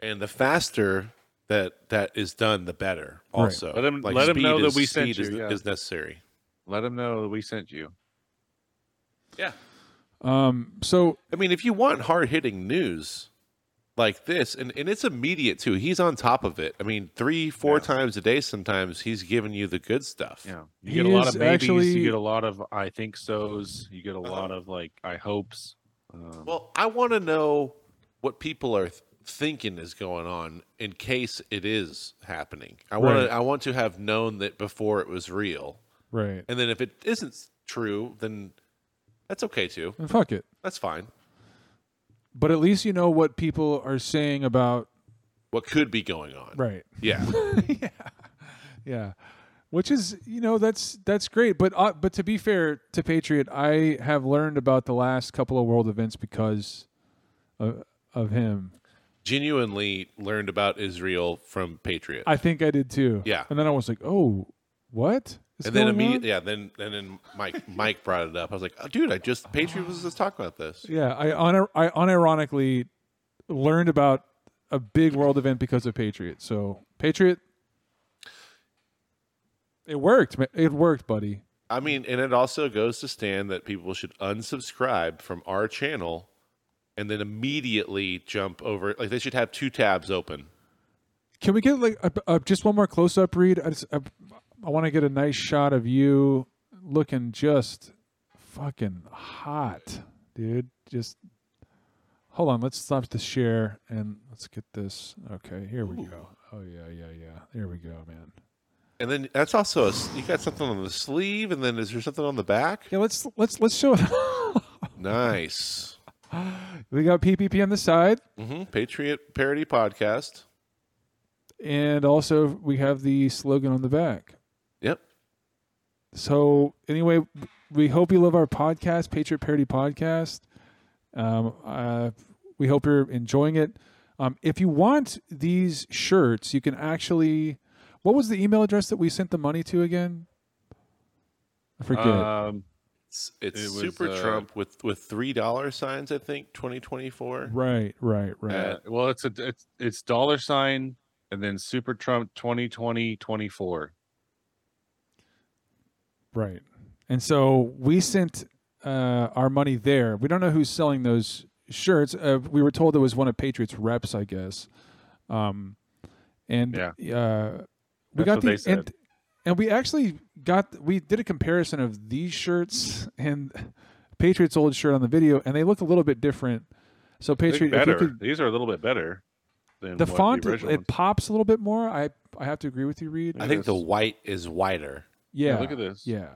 D: And the faster that that is done, the better.
C: Right.
D: Also,
E: Let 'em- let 'em
D: speed
E: know that
D: is-
E: we sent
D: speed is,
E: you, yeah.
D: is necessary.
E: let him know that we sent you.
C: Um, so
D: I mean, if you want hard hitting news like this, and, and it's immediate too. He's on top of it. I mean, three, four times a day. Sometimes he's giving you the good stuff.
E: Yeah.
C: He
E: You get a lot
C: is
E: of babies,
C: actually- Uh-huh.
E: you get a lot of I think so's, you get a lot of like I hopes. Um,
D: Well, I want to know what people are th- thinking is going on in case it is happening. I want
C: Right.
D: to. I want to have known that before it was real,
C: right
D: and then if it isn't true, then that's okay too.
C: and fuck it.
D: That's fine.
C: But at least you know what people are saying about
D: What could be going on?
C: right.
D: Yeah.
C: yeah, yeah. Which is, you know, that's that's great. But uh, but to be fair to Patriot, I have learned about the last couple of world events because of, of him.
D: Genuinely learned about Israel from Patriot.
C: I think I did too.
D: Yeah.
C: And then I was like, oh, what? Is
D: and then
C: going on?
D: immediately, yeah, then and then Mike Mike brought it up. I was like, oh, dude, I just Patriot was just talking about this.
C: Yeah, I un- I unironically learned about a big world event because of Patriot. So Patriot, it worked. ma- It worked, buddy.
D: I mean, and it also goes to stand that people should unsubscribe from our channel and then immediately jump over. Like they should have two tabs open.
C: Can we get like a, a, just one more close up read? I just I, I want to get a nice shot of you looking just fucking hot, dude. Just hold on. Let's stop the share and let's get this. Okay, here we go. Oh yeah, yeah, yeah. There we go, man.
D: And then that's also a s you got something on the sleeve, and then is there something on the back?
C: Yeah, let's let's let's show.
D: Nice.
C: we got PPP on the side.
D: hmm Patriot parody podcast.
C: and also we have the slogan on the back.
D: Yep.
C: So anyway, we hope you love our podcast, Patriot Parody Podcast. Um, uh, we hope you're enjoying it. Um, if you want these shirts, you can actually. What was the email address that we sent the money to again? I forget.
E: Uh,
D: Um, it's it's
E: It was,
D: Super
E: uh,
D: Trump with with three dollar signs. I think twenty twenty four.
C: right, right, right.
E: Uh, well, it's a it's it's dollar sign and then Super Trump 2020 24.
C: Right. And so we sent uh, our money there. We don't know who's selling those shirts. Uh, we were told it was one of Patriots reps, I guess. Um, and uh, we
E: That's
C: got
E: what they
C: these,
E: said.
C: and, and we actually got we did a comparison of these shirts and Patriots old shirt on the video, and they look a little bit different. So
E: They're
C: Patriot, if
E: better.
C: you could,
E: These are a little bit better than
C: the
E: what
C: font it,
E: original
C: it
E: ones.
C: pops a little bit more. I I have to agree with you, Reed.
D: I think the white is whiter.
C: Yeah, Yeah,
D: look at this.
C: Yeah.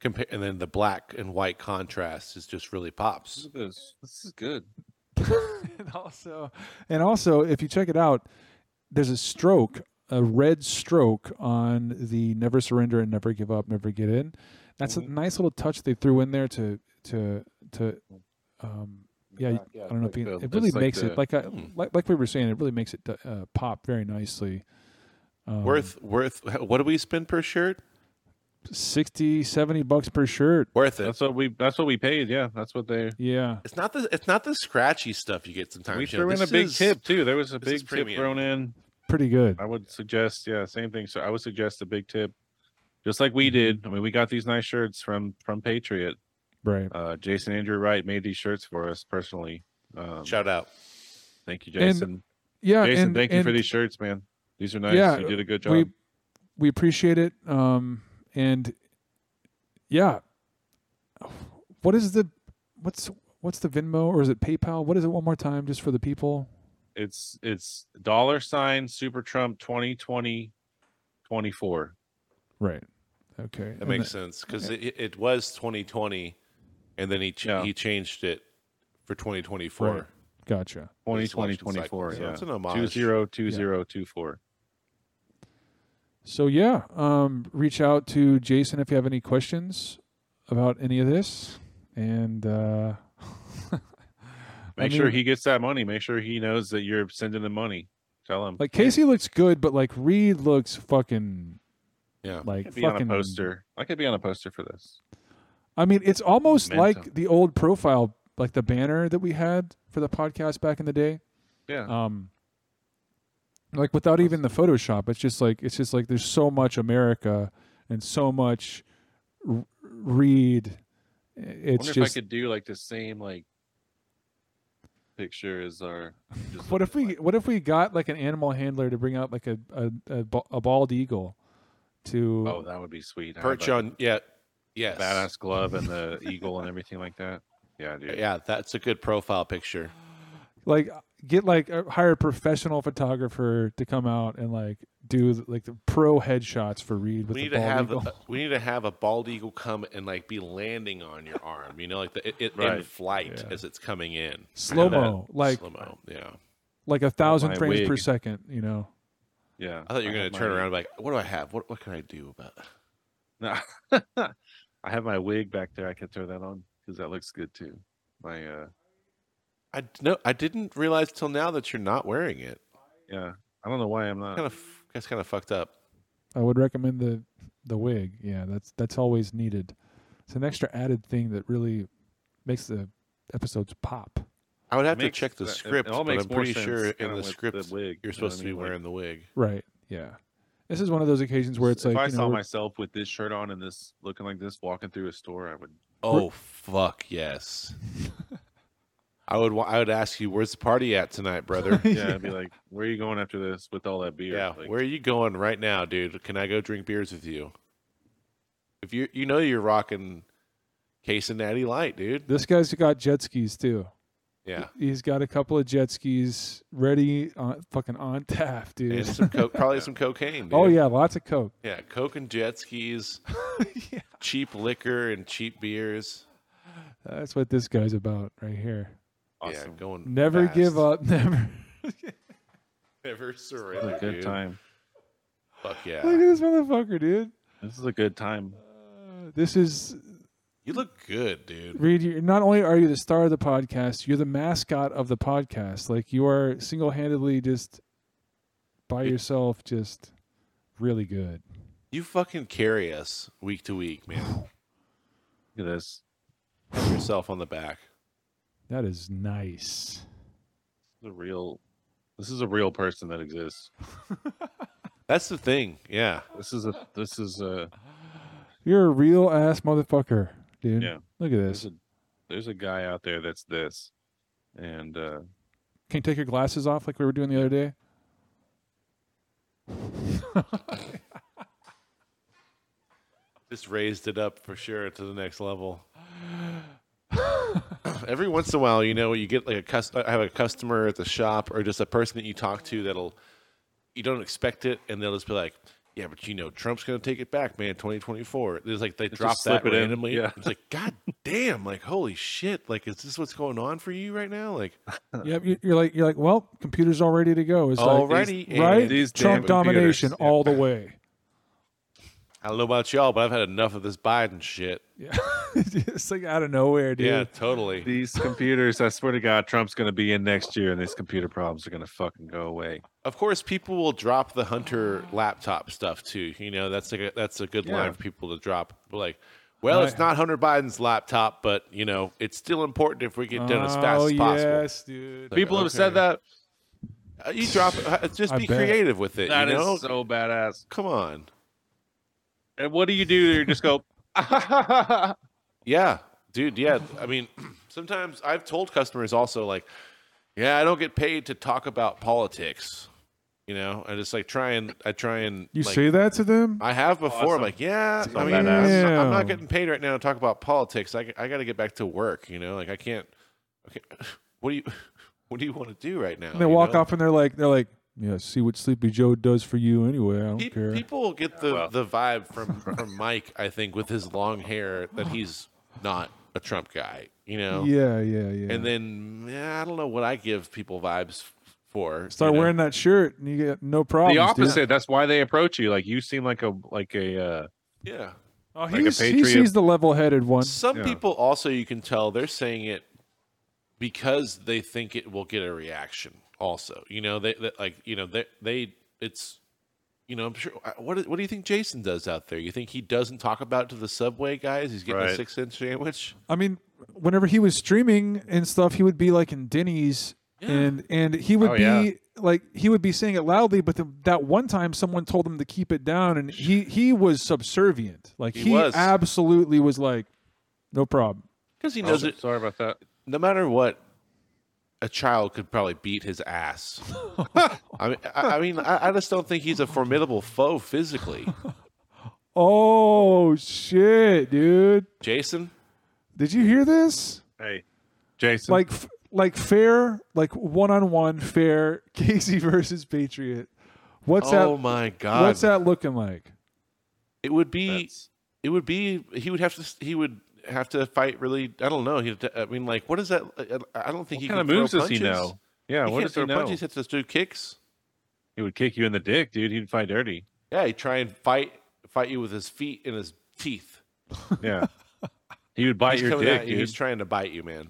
D: Compare and then the black and white contrast is just really pops.
E: Look at this. This is good.
C: and also, And also, if you check it out, there's a stroke, a red stroke on the "Never Surrender" and "Never Give Up, Never Get In." That's
E: Mm-hmm.
C: a nice little touch they threw in there to to to. Um, yeah,
E: Yeah, yeah,
C: I don't know if
E: like
C: you,
E: the-
C: it really
E: it's like
C: makes
E: the-
C: it like I,
E: Hmm.
C: like like we were saying, it really makes it uh, pop very nicely. Um,
D: worth worth. What do we spend per shirt?
C: 60, 70 bucks per shirt.
D: Worth it.
E: That's what we that's what we paid. Yeah, that's what they
C: Yeah.
D: It's not the it's not the scratchy stuff you get sometimes.
E: We
D: you know.
E: threw in a
D: This
E: big
D: is-
E: tip too. There was a
D: this is
E: big tip
D: premium.
E: thrown in.
C: Pretty good.
E: I would suggest, yeah, same thing. So I would suggest a big tip, just like we did. I mean, we got these nice shirts from from Patriot.
C: Right.
E: Uh, Jason Andrew Wright made these shirts for us personally. Um,
D: Shout out.
E: Thank you,
C: And-
E: Jason.
C: yeah,
E: Jason,
C: and-
E: thank you for
C: and-
E: these shirts, man. These are nice. you did a good job.
C: We, we appreciate it. Um, and yeah, what is the what's what's the Venmo or is it PayPal? What is it? One more time, just for the people.
E: it's it's dollar sign Super Trump 2020 24.
C: Right. Okay.
D: That makes sense because it, it was 2020, and then he ch- he changed it for 2024.
C: Right. Gotcha.
E: 2020
D: Election cycle,
E: 24.
D: so
E: yeah.
D: it's an homage.
E: 202024.
C: So yeah, um, reach out to Jason if you have any questions about any of this, and uh, I
E: Make sure
C: mean,
E: he gets that money. Make sure he knows that you're sending the money. Tell him.
C: like Casey looks good, but like Reed looks fucking
D: yeah,
E: I
C: like
E: could be on a
C: fucking
E: poster. I could be on a poster for this.
C: I mean, it's almost
E: Momentum.
C: like the old profile, like the banner that we had for the podcast back in the day.
E: Yeah.
C: Um, like without even the Photoshop, it's just like it's just like there's so much America and so much r- read. It's
E: wonder
C: just
E: if I could do like the same like picture as our. Just,
C: what if we what if we got like an animal handler to bring out like a a, a, ba- a bald eagle to
E: oh, that would be sweet. I have
D: Perch
E: a
D: on yeah, yes.
E: Badass glove and the eagle and everything like that. Yeah, dude.
D: Uh, Yeah, that's a good profile picture.
C: like get like a, hire a professional photographer to come out and like do like the pro headshots for Reed with
D: we need
C: the
D: to
C: bald
D: have
C: eagle.
D: a, we need to have a bald eagle come and like be landing on your arm. You know, like the, it, it in
E: Right.
D: flight as it's coming in.
C: Slow-mo, like-
D: slow mo. Yeah.
C: like a thousand
E: my
C: frames per
E: wig.
C: second. You know,
E: Yeah.
D: I thought you were gonna
E: have
D: turn
E: my-
D: around and be like, what do I have? What what can I do about?
E: No. I have my wig back there. I could throw that on because that looks good too. My uh
D: I d- no, I didn't realize till now that you're not wearing it.
E: yeah. I don't know why I'm not.
D: Kind of that's kind of fucked up.
C: I would recommend the the wig. Yeah, that's that's always needed. It's an extra added thing that really makes the episodes pop.
D: I would have
E: makes-
D: to check the
E: it- it
D: script,
E: all
D: but
E: makes
D: I'm
E: more
D: pretty
E: sense
D: sure
E: kinda
D: in the
E: with the
D: script
E: wig, you know what
D: you're
E: I
D: supposed to be
E: mean? Like-
D: wearing the wig.
C: Right. Yeah. This is one of those occasions where it's
E: if
C: like
E: I
C: you know,
E: saw
C: we're-
E: myself with this shirt on and this looking like this walking through a store, I would
D: Oh fuck yes. I would wa- I would ask you where's the party at tonight, brother?
E: yeah, I'd be like, Where are you going after this with all that beer?
D: yeah,
E: Like,
D: where are you going right now, dude? Can I go drink beers with you? If you you know you're rocking Case and Natty Light, dude.
C: this guy's got jet skis too.
D: Yeah.
C: He's got a couple of jet skis ready, on, fucking on tap, dude.
D: And some co- probably some cocaine.
C: oh
D: dude.
C: yeah, lots of coke.
D: Yeah, coke and jet skis, cheap liquor and cheap beers.
C: That's what this guy's about right here.
D: Yeah, going
C: Never
D: fast.
C: give up. Never.
D: Never
E: this
D: surrender.
E: is a good
D: dude.
E: time.
D: Fuck
C: Look at
D: yeah.
C: this motherfucker, dude.
E: This is a good time.
C: Uh, This is
D: You look good, dude.
C: Reed, you're, not only are you the star of the podcast, you're the mascot of the podcast. Like you are single-handedly just by yourself, just really good.
D: You fucking carry us week to week, man.
E: Look at this.
D: Pat yourself on the back.
C: That is nice.
E: The real. This is a real person that exists.
D: That's the thing. Yeah.
E: This is a. This is a.
C: You're a real ass motherfucker, dude.
E: Yeah.
C: Look at this.
E: There's a, there's a guy out there that's this, and uh,
C: Can you take your glasses off like we were doing the other day?
D: Just raised it up for sure to the next level. Every once in a while, you know, you get like a cust- I have a customer at the shop or just a person that you talk to that'll you don't expect it and they'll just be like, "Yeah, but you know, Trump's going to take it back, man, 2024." It's like they
E: Just
D: drop that
E: slip it in.
D: randomly.
E: Yeah.
D: It's like, "God damn, like holy shit, like is this what's going on for you right now?" Like
C: Yep, you- you're like you're like, well, computer's all ready to go. It's like,
D: Alrighty, and
C: right?
D: these
C: Trump
D: damn computers.
C: domination
D: Yeah.
C: all the way.
D: I don't know about y'all, but I've had enough of this Biden shit.
C: Yeah. it's like out of nowhere, dude.
D: Yeah, totally.
E: these computers, I swear to God, Trump's going to be in next year, and these computer problems are going to fucking go away.
D: Of course, people will drop the Hunter
C: Ah.
D: laptop stuff too. You know, that's like a, that's a good
E: Yeah.
D: line for people to drop. Like, well, it's
C: Right.
D: not Hunter Biden's laptop, but you know, it's still important if we get done as fast
C: oh
D: as possible.
C: yes, dude.
D: Like,
E: People have
D: okay.
E: said that.
D: Uh, You drop, uh, just
C: I
D: be
C: bet.
D: creative with it.
E: That
D: you
E: is
D: know,
E: so badass.
D: come on,
E: And what do you do? You just go.
D: yeah, dude, yeah. I mean, sometimes I've told customers also like, yeah, I don't get paid to talk about politics. You know, I just like try and I try and
C: You
D: like,
C: say that to them?
D: I have before. I'm like, yeah. I
E: all
D: mean,
E: that
D: I'm
E: ass.
D: not- I'm
C: Damn.
D: not getting paid right now to talk about politics. I, I got to get back to work. You know, like I can't. Okay, what do you what do you want to do right now?
C: And they
D: Oh, you
C: walk
D: know?
C: off and they're like, they're like, yeah, see what Sleepy Joe does for you anyway. I don't
D: Pe-
C: care.
D: People get the
E: Well.
D: the vibe from from Mike. I think with his long hair that he's not a Trump guy. You know.
C: yeah, yeah, yeah.
D: And then yeah, I don't know what I give people vibes f- for.
C: Start
D: you know?
C: wearing that shirt and you get no problem.
E: the opposite. That's why they approach you. Like you seem like a like a. Uh,
D: Yeah.
C: Oh,
E: a
C: he's, he
E: patriot.
C: sees the level-headed one.
D: Some
E: Yeah.
D: people also you can tell they're saying it because they think it will get a reaction. Also, you know, they, they like you know they they it's you know I'm sure I- what do- what do you think Jason does out there? You think he doesn't talk about it to the subway guys? He's getting a
E: Right.
D: six inch sandwich.
C: I mean, whenever he was streaming and stuff, he would be like in Denny's, and and he would
E: Oh,
C: be
E: yeah.
C: like he would be saying it loudly. But the, that one time, someone told him to keep it down, and he he was subservient. Like he,
D: He was.
C: absolutely was like, no problem.
D: Because he
E: oh,
D: knows it.
E: sorry about that.
D: No matter what, a child could probably beat his ass. I mean, I, I mean, I, I just don't think he's a formidable foe physically.
C: Oh shit, dude!
D: Jason,
C: Did you hear this?
E: Hey, Jason.
C: Like f- like fair, like one on one fair, Casey versus Patriot. What's
D: oh
C: that?
D: my god,
C: What's that looking like?
D: It would be.
E: That's-
D: It would be. He would have to. He would have to fight. Really, I don't know. He'd, I mean, like, what is that? I- I don't think he
E: what kind of
D: can
E: moves
D: throw
E: does he
D: punches.
E: know? Yeah,
D: he
E: what
D: can't
E: does he
D: throw
E: know?
D: punches. He has to do kicks.
E: He would kick you in the dick, dude. He'd fight dirty.
D: Yeah, he try and fight fight you with his feet and his teeth.
E: Yeah. he would bite
D: he's
E: your
D: coming
E: dick,
D: at you.
E: dude.
D: He's trying to bite you, man.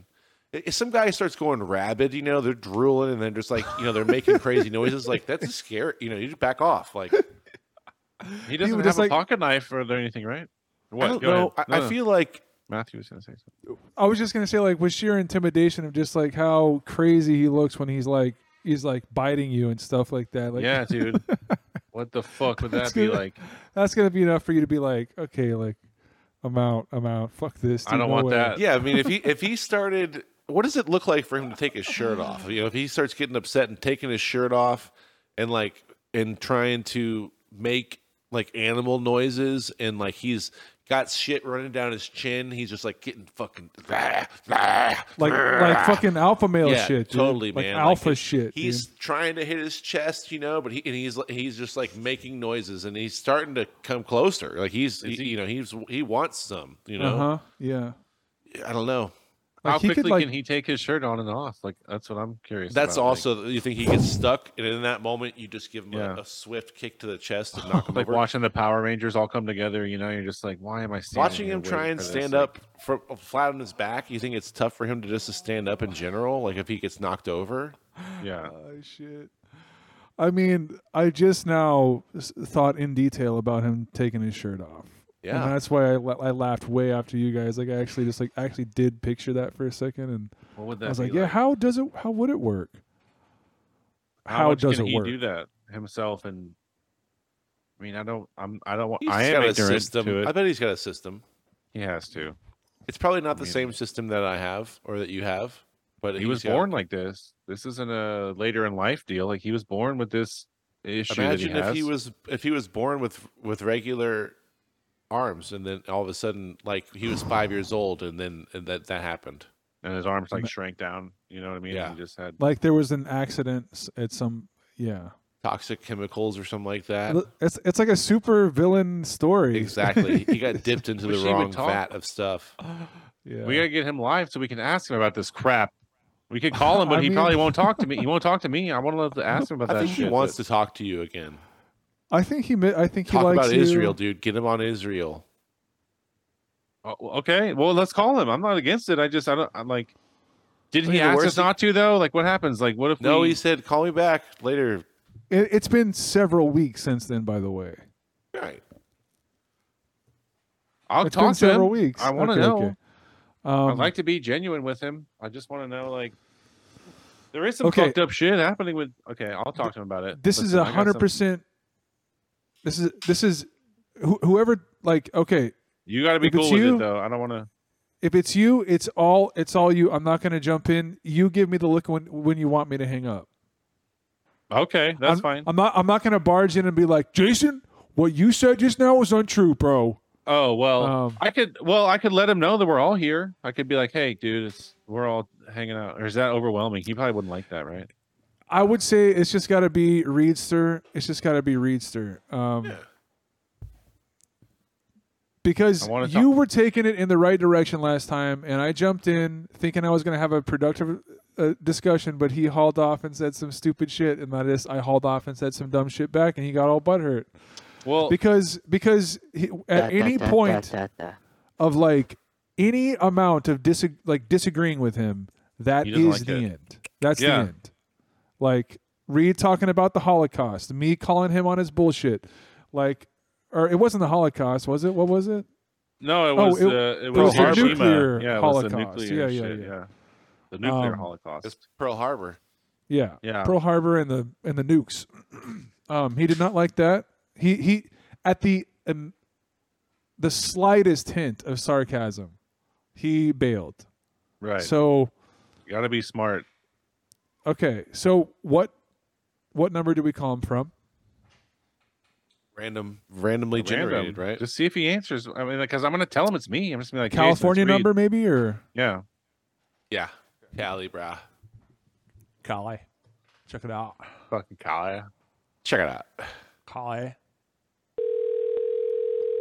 D: If some guy starts going rabid, you know, they're drooling and then just like, you know, they're making crazy noises. Like that's scary. You know, you just back off. Like
E: He
C: would
E: doesn't have
C: just,
E: a
C: like-
E: pocket knife or anything, right? What?
D: I don't
E: Go ahead.
D: know. I,
E: No,
D: I
E: no.
D: feel like
E: Matthew was going to say something.
C: I was just gonna say, like, with sheer intimidation of just like how crazy he looks when he's like he's like biting you and stuff like that. Like,
E: yeah, dude. What the fuck would
C: That's
E: that be
C: gonna-
E: like?
C: that's gonna be enough for you to be like, okay, like, I'm out, I'm out. Fuck this.
E: I
C: dude,
E: don't
C: no
E: want
C: way.
E: that.
D: Yeah, I mean, if he if he started, what does it look like for him to take his shirt off? You know, if he starts getting upset and taking his shirt off, and like and trying to make like animal noises, and like he's got shit running down his chin, he's just like getting fucking
C: Like, like fucking alpha male
D: yeah,
C: shit. dude.
D: totally,
C: like
D: man. Like,
C: Alpha
D: it-
C: shit.
D: He's
C: dude.
D: trying to hit his chest, you know, but he and he's he's just like making noises, and he's starting to come closer. Like he's,
E: Is he-
C: Uh-huh.
D: you know, he's he wants some, you know.
C: Uh huh. Yeah.
D: I don't know.
E: How
C: Like, he could,
E: quickly
C: like-
E: can he take his shirt on and off? Like that's what I'm curious.
D: That's
E: about.
D: also you think he gets stuck, and in that moment you just give him a, a swift kick to the chest and knock him
E: like
D: over.
E: watching the Power Rangers all come together. You know, you're just like, why am I standing
D: Watching
E: here
D: him try
E: waiting
D: and
E: for this?
D: stand
E: Like,
D: up from flat on his back, you think it's tough for him to just to stand up in general? Like if he gets knocked over,
E: yeah.
C: Oh shit. I mean, I just now s- thought in detail about him taking his shirt off.
D: Yeah.
E: Mm-hmm.
C: and that's why I, la- I laughed way after you guys. Like, I actually just like actually did picture that for a second, and
E: What would
C: I
E: that
C: was
E: be
C: like, yeah,
E: like?
C: how does it? How would it work?
E: How,
C: How
E: much
C: does
E: can
C: it
E: he
C: work?
E: do that himself? And I mean, I don't. I'm. I don't. wa-
D: He's
E: I
D: just
E: am
D: got a
E: ignorant
D: system.
E: to it.
D: I bet he's got a system.
E: He has to.
D: It's probably not the same system that I have or that you have, but
E: he was
D: he's got-
E: born like this. This isn't a later in life deal. Like he was born with this issue. that
D: Imagine if he
E: has.
D: was if he was born with with regular arms, and then all of a sudden, like he was five years old, and then and that that happened,
E: and his arms like shrank down. You know what I mean?
D: Yeah.
E: And he just had
C: Like, there was an accident s- at some. Yeah,
D: toxic chemicals or something like that.
C: L- it's it's like a super villain story.
D: Exactly, he got dipped into
E: Wish
D: the
E: he would
D: wrong
E: talk.
D: vat of stuff.
C: yeah.
E: We gotta get him live so we can ask him about this crap. We could call him, but
C: I
E: he
C: mean-
E: probably won't talk to me. He won't talk to me. I want to ask him about
D: I
E: that.
D: think he
E: shit,
D: wants
E: but-
D: to talk to you again.
C: I think he. mi- I think he
D: Talk
C: likes
D: about
C: you.
D: Israel, dude. Get him on Israel.
E: Oh, well, okay, well, let's call him. I'm not against it. I just, I don't. I'm like, did
D: I mean,
E: he
D: the
E: ask
D: worst
E: us
D: thing-
E: not to though? Like, what happens? Like, what if?
D: No,
E: we...
D: he said, "Call me back later."
C: It, it's been several weeks since then, by the way.
D: Right.
E: I'll
C: It's
E: talk
C: been
E: to
C: several
E: him.
C: weeks.
E: I want to
C: Okay,
E: know.
C: okay. Um,
E: I'd like to be genuine with him. I just want to know, like, there is some
C: Okay.
E: fucked up shit happening with. Okay, I'll talk to him about it.
C: this is
E: Listen,
C: a
E: I got some-
C: hundred percent. This is this is who whoever like okay.
E: You got to be
C: if it's
E: cool with
C: you-
E: it though. I don't want to.
C: If it's you, it's all it's all you. I'm not going to jump in. You give me the look when when you want me to hang up.
E: Okay, that's
C: I'm,
E: fine.
C: I'm not I'm not going to barge in and be like Jason. What you said just now was untrue, bro.
E: Oh well,
C: Um,
E: I could. Well, I could let him know that we're all here. I could be like, "Hey, dude, it's we're all hanging out." Or is that overwhelming? He probably wouldn't like that, right?
C: I would say it's just got to be Reedster. It's just got to be Reedster. Um, Because
E: I wanna
C: you were taking it in the right direction last time, and I jumped in thinking I was going to have a productive uh, discussion, but he hauled off and said some stupid shit, and I just I hauled off and said some dumb shit back, and he got all butthurt
E: Well,
C: because because he, at any point of like any amount of dis- like disagreeing with him, that
E: He doesn't
C: is
E: like
C: the
E: it.
C: end. That's
E: Yeah.
C: the end. Like Reed talking about the Holocaust, me calling him on his bullshit, like, or it wasn't the Holocaust, was it? What was it?
E: no, it
C: Oh,
E: was
C: it-
E: the it
C: it
E: was,
C: was the
E: Hiroshima.
C: nuclear
E: yeah, it
C: holocaust.
E: Was the nuclear
C: Yeah, yeah,
E: shit,
C: yeah.
E: The nuclear
C: Um,
D: It's
E: holocaust.
D: Pearl Harbor.
C: Yeah,
E: Yeah.
C: Pearl Harbor and the and the nukes. um, he did not like that. He he at the um, the slightest hint of sarcasm, he bailed.
E: Right. So
C: So
E: you got to be smart.
C: okay, so what what number do we call him from?
D: Random, randomly generated,
E: Random.
D: right?
E: Just see if he answers. I mean, because I'm gonna tell him it's me. I'm just gonna be like "Jason, it's
C: California
E: Reed."
C: number maybe or
E: Yeah.
D: yeah, Cali, brah.
C: Cali. Check it out.
E: Fucking Kaya.
D: Check it out.
C: Cali.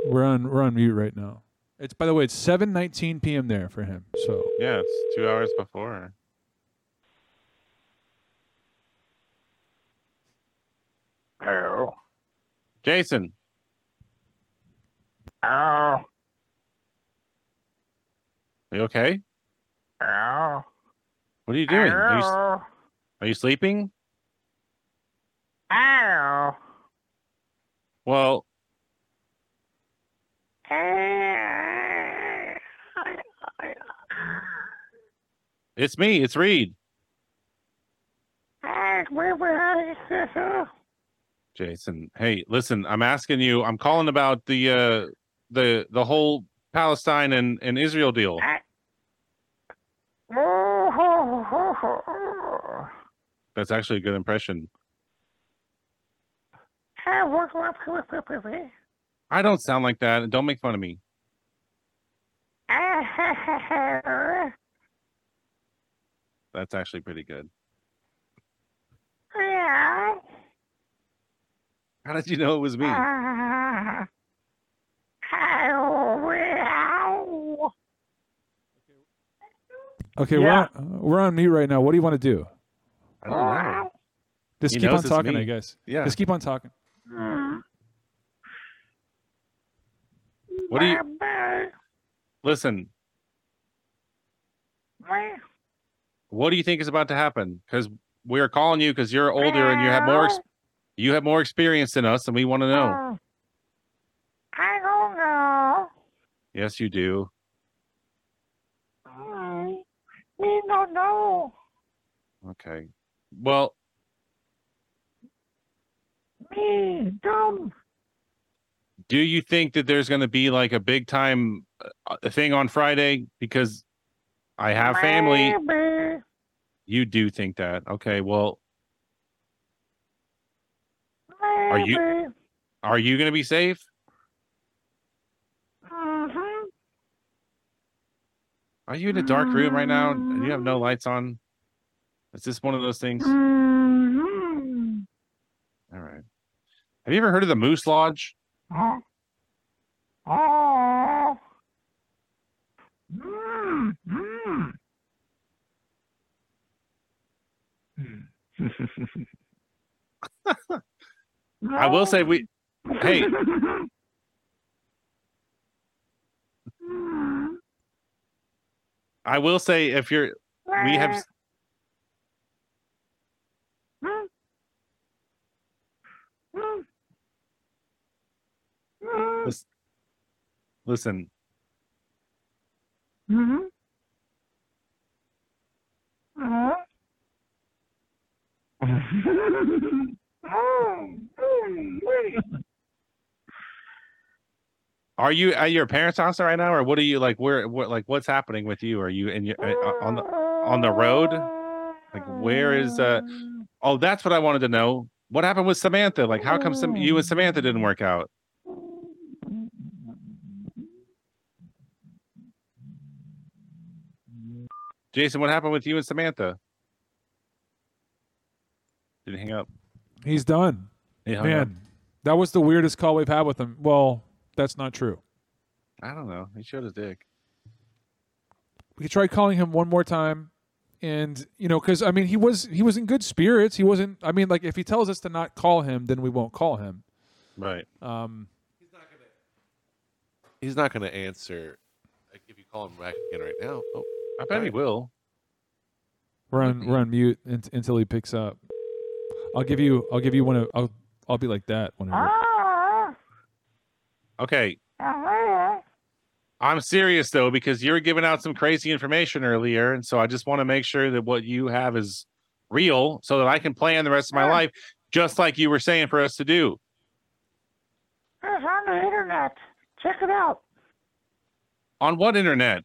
C: We're on we're on mute right now. It's by the way, it's seven nineteen PM there for him. So
E: Yeah, it's two hours before. Hello. Jason.
J: Ow,
E: You okay?
J: ow,
E: What are you doing? Are you, s- are you sleeping?
J: ow,
E: Well, it's me. It's Reed. Jason, hey, listen. I'm asking you. I'm calling about the uh, the the whole Palestine and, and Israel deal. That's actually a good impression. I don't sound like that. and Don't make fun of me. That's actually pretty good. How did you know it was me?
C: Okay,
F: Yeah.
C: we're on, we're on mute right now. What do you want to do?
E: I don't know.
C: Just
E: He
C: keep
E: knows
C: on
E: it's
C: talking,
E: me.
C: I guess.
E: Yeah.
C: Just keep on talking.
E: What do you listen? What do you think is about to happen? Because we are calling you because you're older and you have more ex- you have more experience than us, and we want to know.
L: Uh, I don't know.
E: Yes, you do.
L: Mm, We don't know.
E: Okay. Well,
L: Me dumb.
E: do you think that there's going to be like a big time uh, thing on Friday? Because I have family.
L: Maybe.
E: You do think that. Okay. Well, are you are you going to be safe?
L: Mm-hmm.
E: Are you in a dark room right now? Do you have no lights on? Is this one of those things?
L: Mm-hmm.
E: All right. Have you ever heard of the Moose Lodge?
L: Oh. Oh. Mm, mm.
E: I will say we. Hey, I will say if you're, we have. s- lis- Listen,
L: Mhm. Mhm.
E: are you at your parents' house right now, or what are you like? Where, what, like, what's happening with you? Are you in your uh, on the on the road? Like, where is? uh Oh, that's what I wanted to know. What happened with Samantha? Like, how come some, you and Samantha didn't work out? Jason, what happened with you and Samantha? Did he hang up?
C: He's done.
E: He hung
C: Man,
E: up.
C: that was the weirdest call we've had with him. Well, that's not true.
E: I don't know. He showed his dick.
C: we could try calling him one more time and you know because i mean he was he was in good spirits he wasn't i mean like if he tells us to not call him then we won't call him
E: Right.
C: um
D: He's not going to answer like, if you call him back again right now. Oh,
E: I bet he will.
C: we're on we're on mute un- until he picks up i'll give you i'll give you one of i'll i'll be like that whenever
L: Ah,
E: Okay.
L: uh,
E: I'm serious though, because you're giving out some crazy information earlier, and so I just want to make sure that what you have is real, so that I can plan the rest of my life, just like you were saying for us to do.
L: It's on the internet. Check it out.
E: On what internet?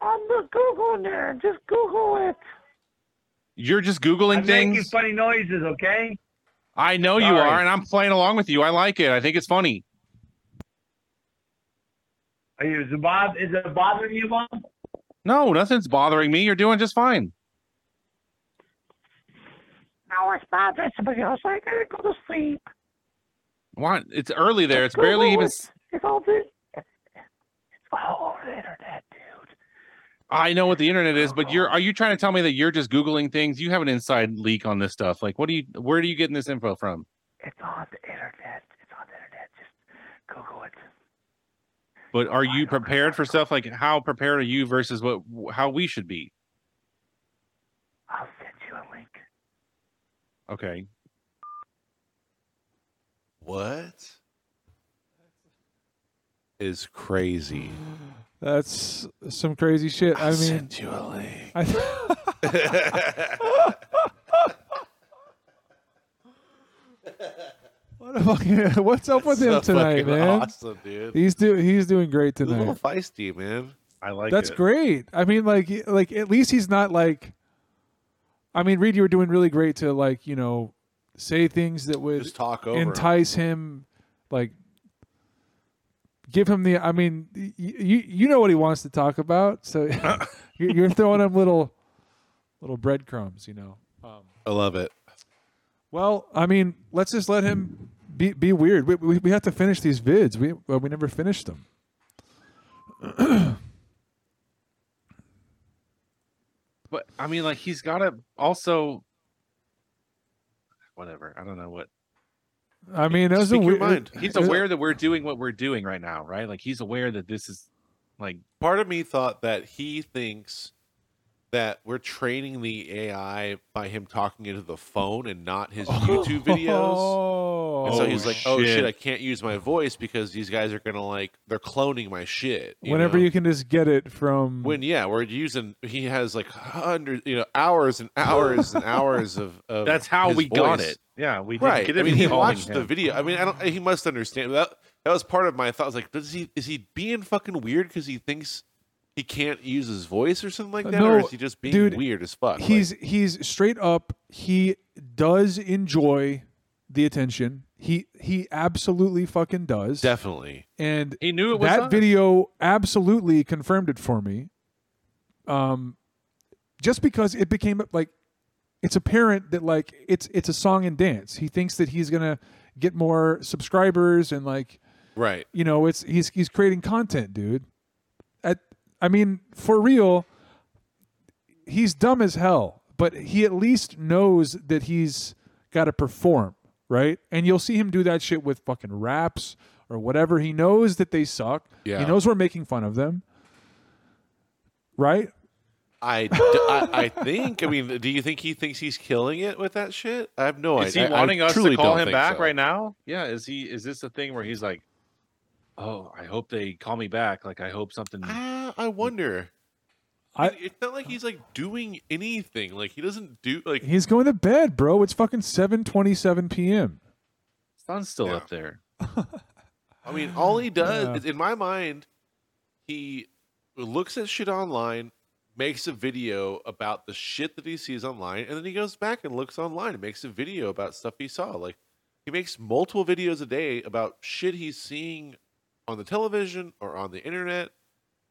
L: On the Google there. Just Google it.
E: You're just googling
M: making
E: things.
M: funny noises, okay?
E: I know you
M: Sorry.
E: are, and I'm playing along with you. I like it. I think it's funny.
M: Are you, is it Bob? Is it bothering you, Bob?
E: No, nothing's bothering me. You're doing just fine.
L: Now it's bothering somebody else. I gotta go to sleep.
E: Why? It's early there. It's barely even. s-
L: It's all the. It's all over the internet.
E: I know what the internet is, but you're. Are you trying to tell me that you're just googling things? You have an inside leak on this stuff. Like, what do you? Where are you getting this info from?
L: It's on the internet. It's on the internet. Just Google it.
E: But are you prepared for stuff like how prepared are you versus what how we should be?
L: I'll send you a link.
E: Okay.
D: What is crazy?
C: that's some crazy shit i mean
D: sent you a link.
C: what a fucking, what's up with
D: That's so
C: him tonight
D: fucking
C: man
D: awesome, dude.
C: he's doing he's doing great
D: He's a
C: tonight
D: little feisty, man.
E: I like
C: That's great. I mean, like, y- like at least he's not like. I mean, Reed, you were doing really great to like you know say things that would
D: Just talk over him.
C: entice him, like give him the. I mean, y- y- you you know what he wants to talk about, so you- you're throwing him little little breadcrumbs, you know. Um,
D: I love it.
C: well, I mean, let's just let him be be weird. We we, we have to finish these vids. We uh, we never finished them.
E: But I mean, like he's got to also. Whatever. I don't know what.
C: I mean, that was
E: Speak
C: a
E: your
C: weird.
E: mind. He's
C: it- it-
E: aware that we're doing what we're doing right now, right? Like he's aware that this is like
D: part of me thought that he thinks that we're training the AI by him talking into the phone and not his YouTube videos. And so
C: Oh,
D: he's like, "Oh shit,
C: shit.
D: I can't use my voice because these guys are gonna like they're cloning my shit." you
C: Whenever
D: know?
C: you can just get it from
D: when yeah, we're using he has like hundred, you know, hours and hours and hours of, of
E: That's how
D: his
E: we got
D: voice.
E: it. Yeah, we didn't
D: right.
E: get
D: I
E: it
D: mean,
E: from
D: he
E: calling
D: watched the
E: him.
D: video. I mean, I don't. He must understand that. That was part of my thoughts. Like, does he is he being fucking weird because he thinks he can't use his voice or something like that, or
C: No,
D: is he just being
C: dude,
D: weird as fuck? Like,
C: He's he's straight up. He does enjoy the attention. He he absolutely fucking does.
D: definitely.
C: And
E: he knew it was
C: that
E: us.
C: video absolutely confirmed it for me. Um, just because it became like it's apparent that like it's it's a song and dance. He thinks that he's gonna get more subscribers and like
D: Right.
C: you know it's he's he's creating content, dude. At I mean for real, he's dumb as hell, but he at least knows that he's got to perform, right? And you'll see him do that shit with fucking raps or whatever. He knows that they suck.
D: Yeah.
C: He knows we're making fun of them, right?
D: I, d- I I think. I mean, do you think he thinks he's killing it with that shit? I have no
E: is he
D: idea. I- I
E: wanting us to
D: truly
E: call
D: don't
E: him
D: think
E: back
D: so.
E: right now? Yeah. Is he? Is this a thing where he's like, "Oh, I hope they call me back. Like, I hope something."
D: Ah, I wonder.
C: I-
D: And it's not like he's like doing anything. Like he doesn't do like
C: He's going to bed, bro. It's fucking seven twenty-seven p.m.
E: sun's still up there.
D: I mean, all he does
C: Yeah.
D: is, in my mind, he looks at shit online, makes a video about the shit that he sees online, and then he goes back and looks online and makes a video about stuff he saw. Like he makes multiple videos a day about shit he's seeing on the television or on the internet,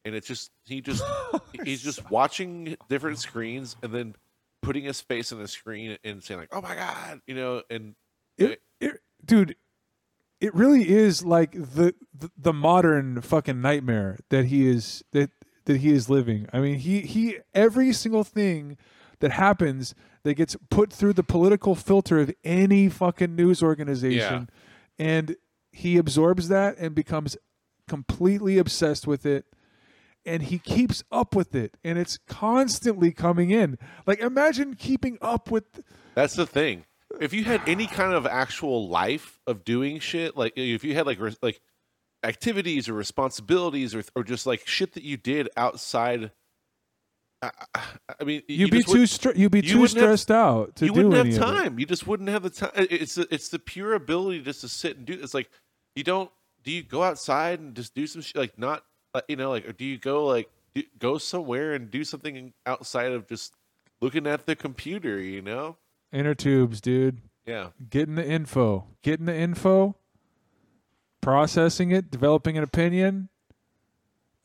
D: and it's just he just he's just watching different screens and then putting his face on the screen and saying like, "Oh my god," you know, and
C: It, it, dude, it really is like the, the the modern fucking nightmare that he is that that he is living. I mean, he he every single thing that happens that gets put through the political filter of any fucking news organization, and he absorbs that and becomes completely obsessed with it and he keeps up with it and it's constantly coming in like imagine keeping up with
D: That's the thing. If you had any kind of actual life of doing shit, like if you had like res- like activities or responsibilities or or just like shit that you did outside, I, I- I mean,
C: You'd be
D: just wouldn't-
C: too stra- you'd be
D: you
C: too
D: wouldn't have-
C: stressed out to
D: you
C: do
D: wouldn't
C: any
D: have
C: of it.
D: time. You just wouldn't have the time. It's the, it's the pure ability just to sit and do. It's like you don't. Do you go outside and just do some shit like not like you know like or do you go like do, go somewhere and do something outside of just looking at the computer? You know.
C: inner tubes, dude.
D: Yeah.
C: Getting the info, getting the info, processing it, developing an opinion.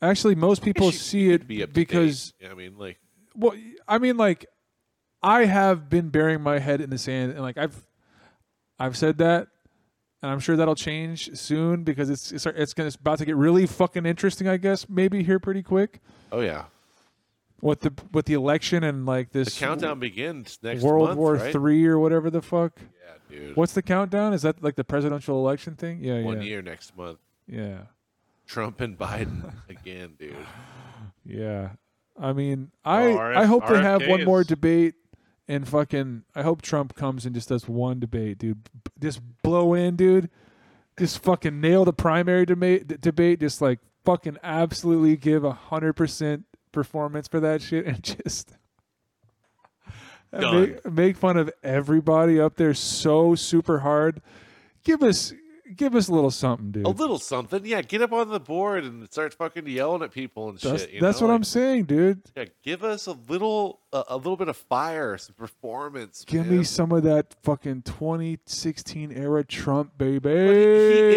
C: Actually, most people see it
D: be up to date.
C: because
D: Yeah, I mean, like,
C: well, I mean, like, I have been burying my head in the sand, and like I've, I've said that, and I'm sure that'll change soon because it's it's it's, gonna, it's about to get really fucking interesting, I guess, maybe here pretty quick
D: oh yeah,
C: with the with the election and like
D: the
C: this
D: countdown begins next
C: World
D: month,
C: War
D: right?
C: Three or whatever the fuck.
D: Yeah, dude.
C: What's the countdown? Is that like the presidential election thing? Yeah,
D: One
C: yeah,
D: year next month.
C: yeah,
D: Trump and Biden again, dude.
C: yeah. I mean, I
D: RF
C: I hope they have
D: RFK
C: one more
D: is-
C: debate, and fucking I hope Trump comes and just does one debate, dude. B- Just blow in, dude. Just fucking nail the primary debate. d- Debate. Just like fucking absolutely give a hundred percent performance for that shit, and just. and
D: Done.
C: Make, make fun of everybody up there so super hard. Give us give us a little something, dude.
D: A little something, yeah. Get up on the board and start fucking yelling at people and
C: That's,
D: shit. You
C: that's
D: know?
C: what I'm saying, dude.
D: I'm. Yeah, give us a little, a, a little bit of fire, some performance.
C: Give
D: man.
C: me some of that fucking 2016 era Trump, baby.
D: He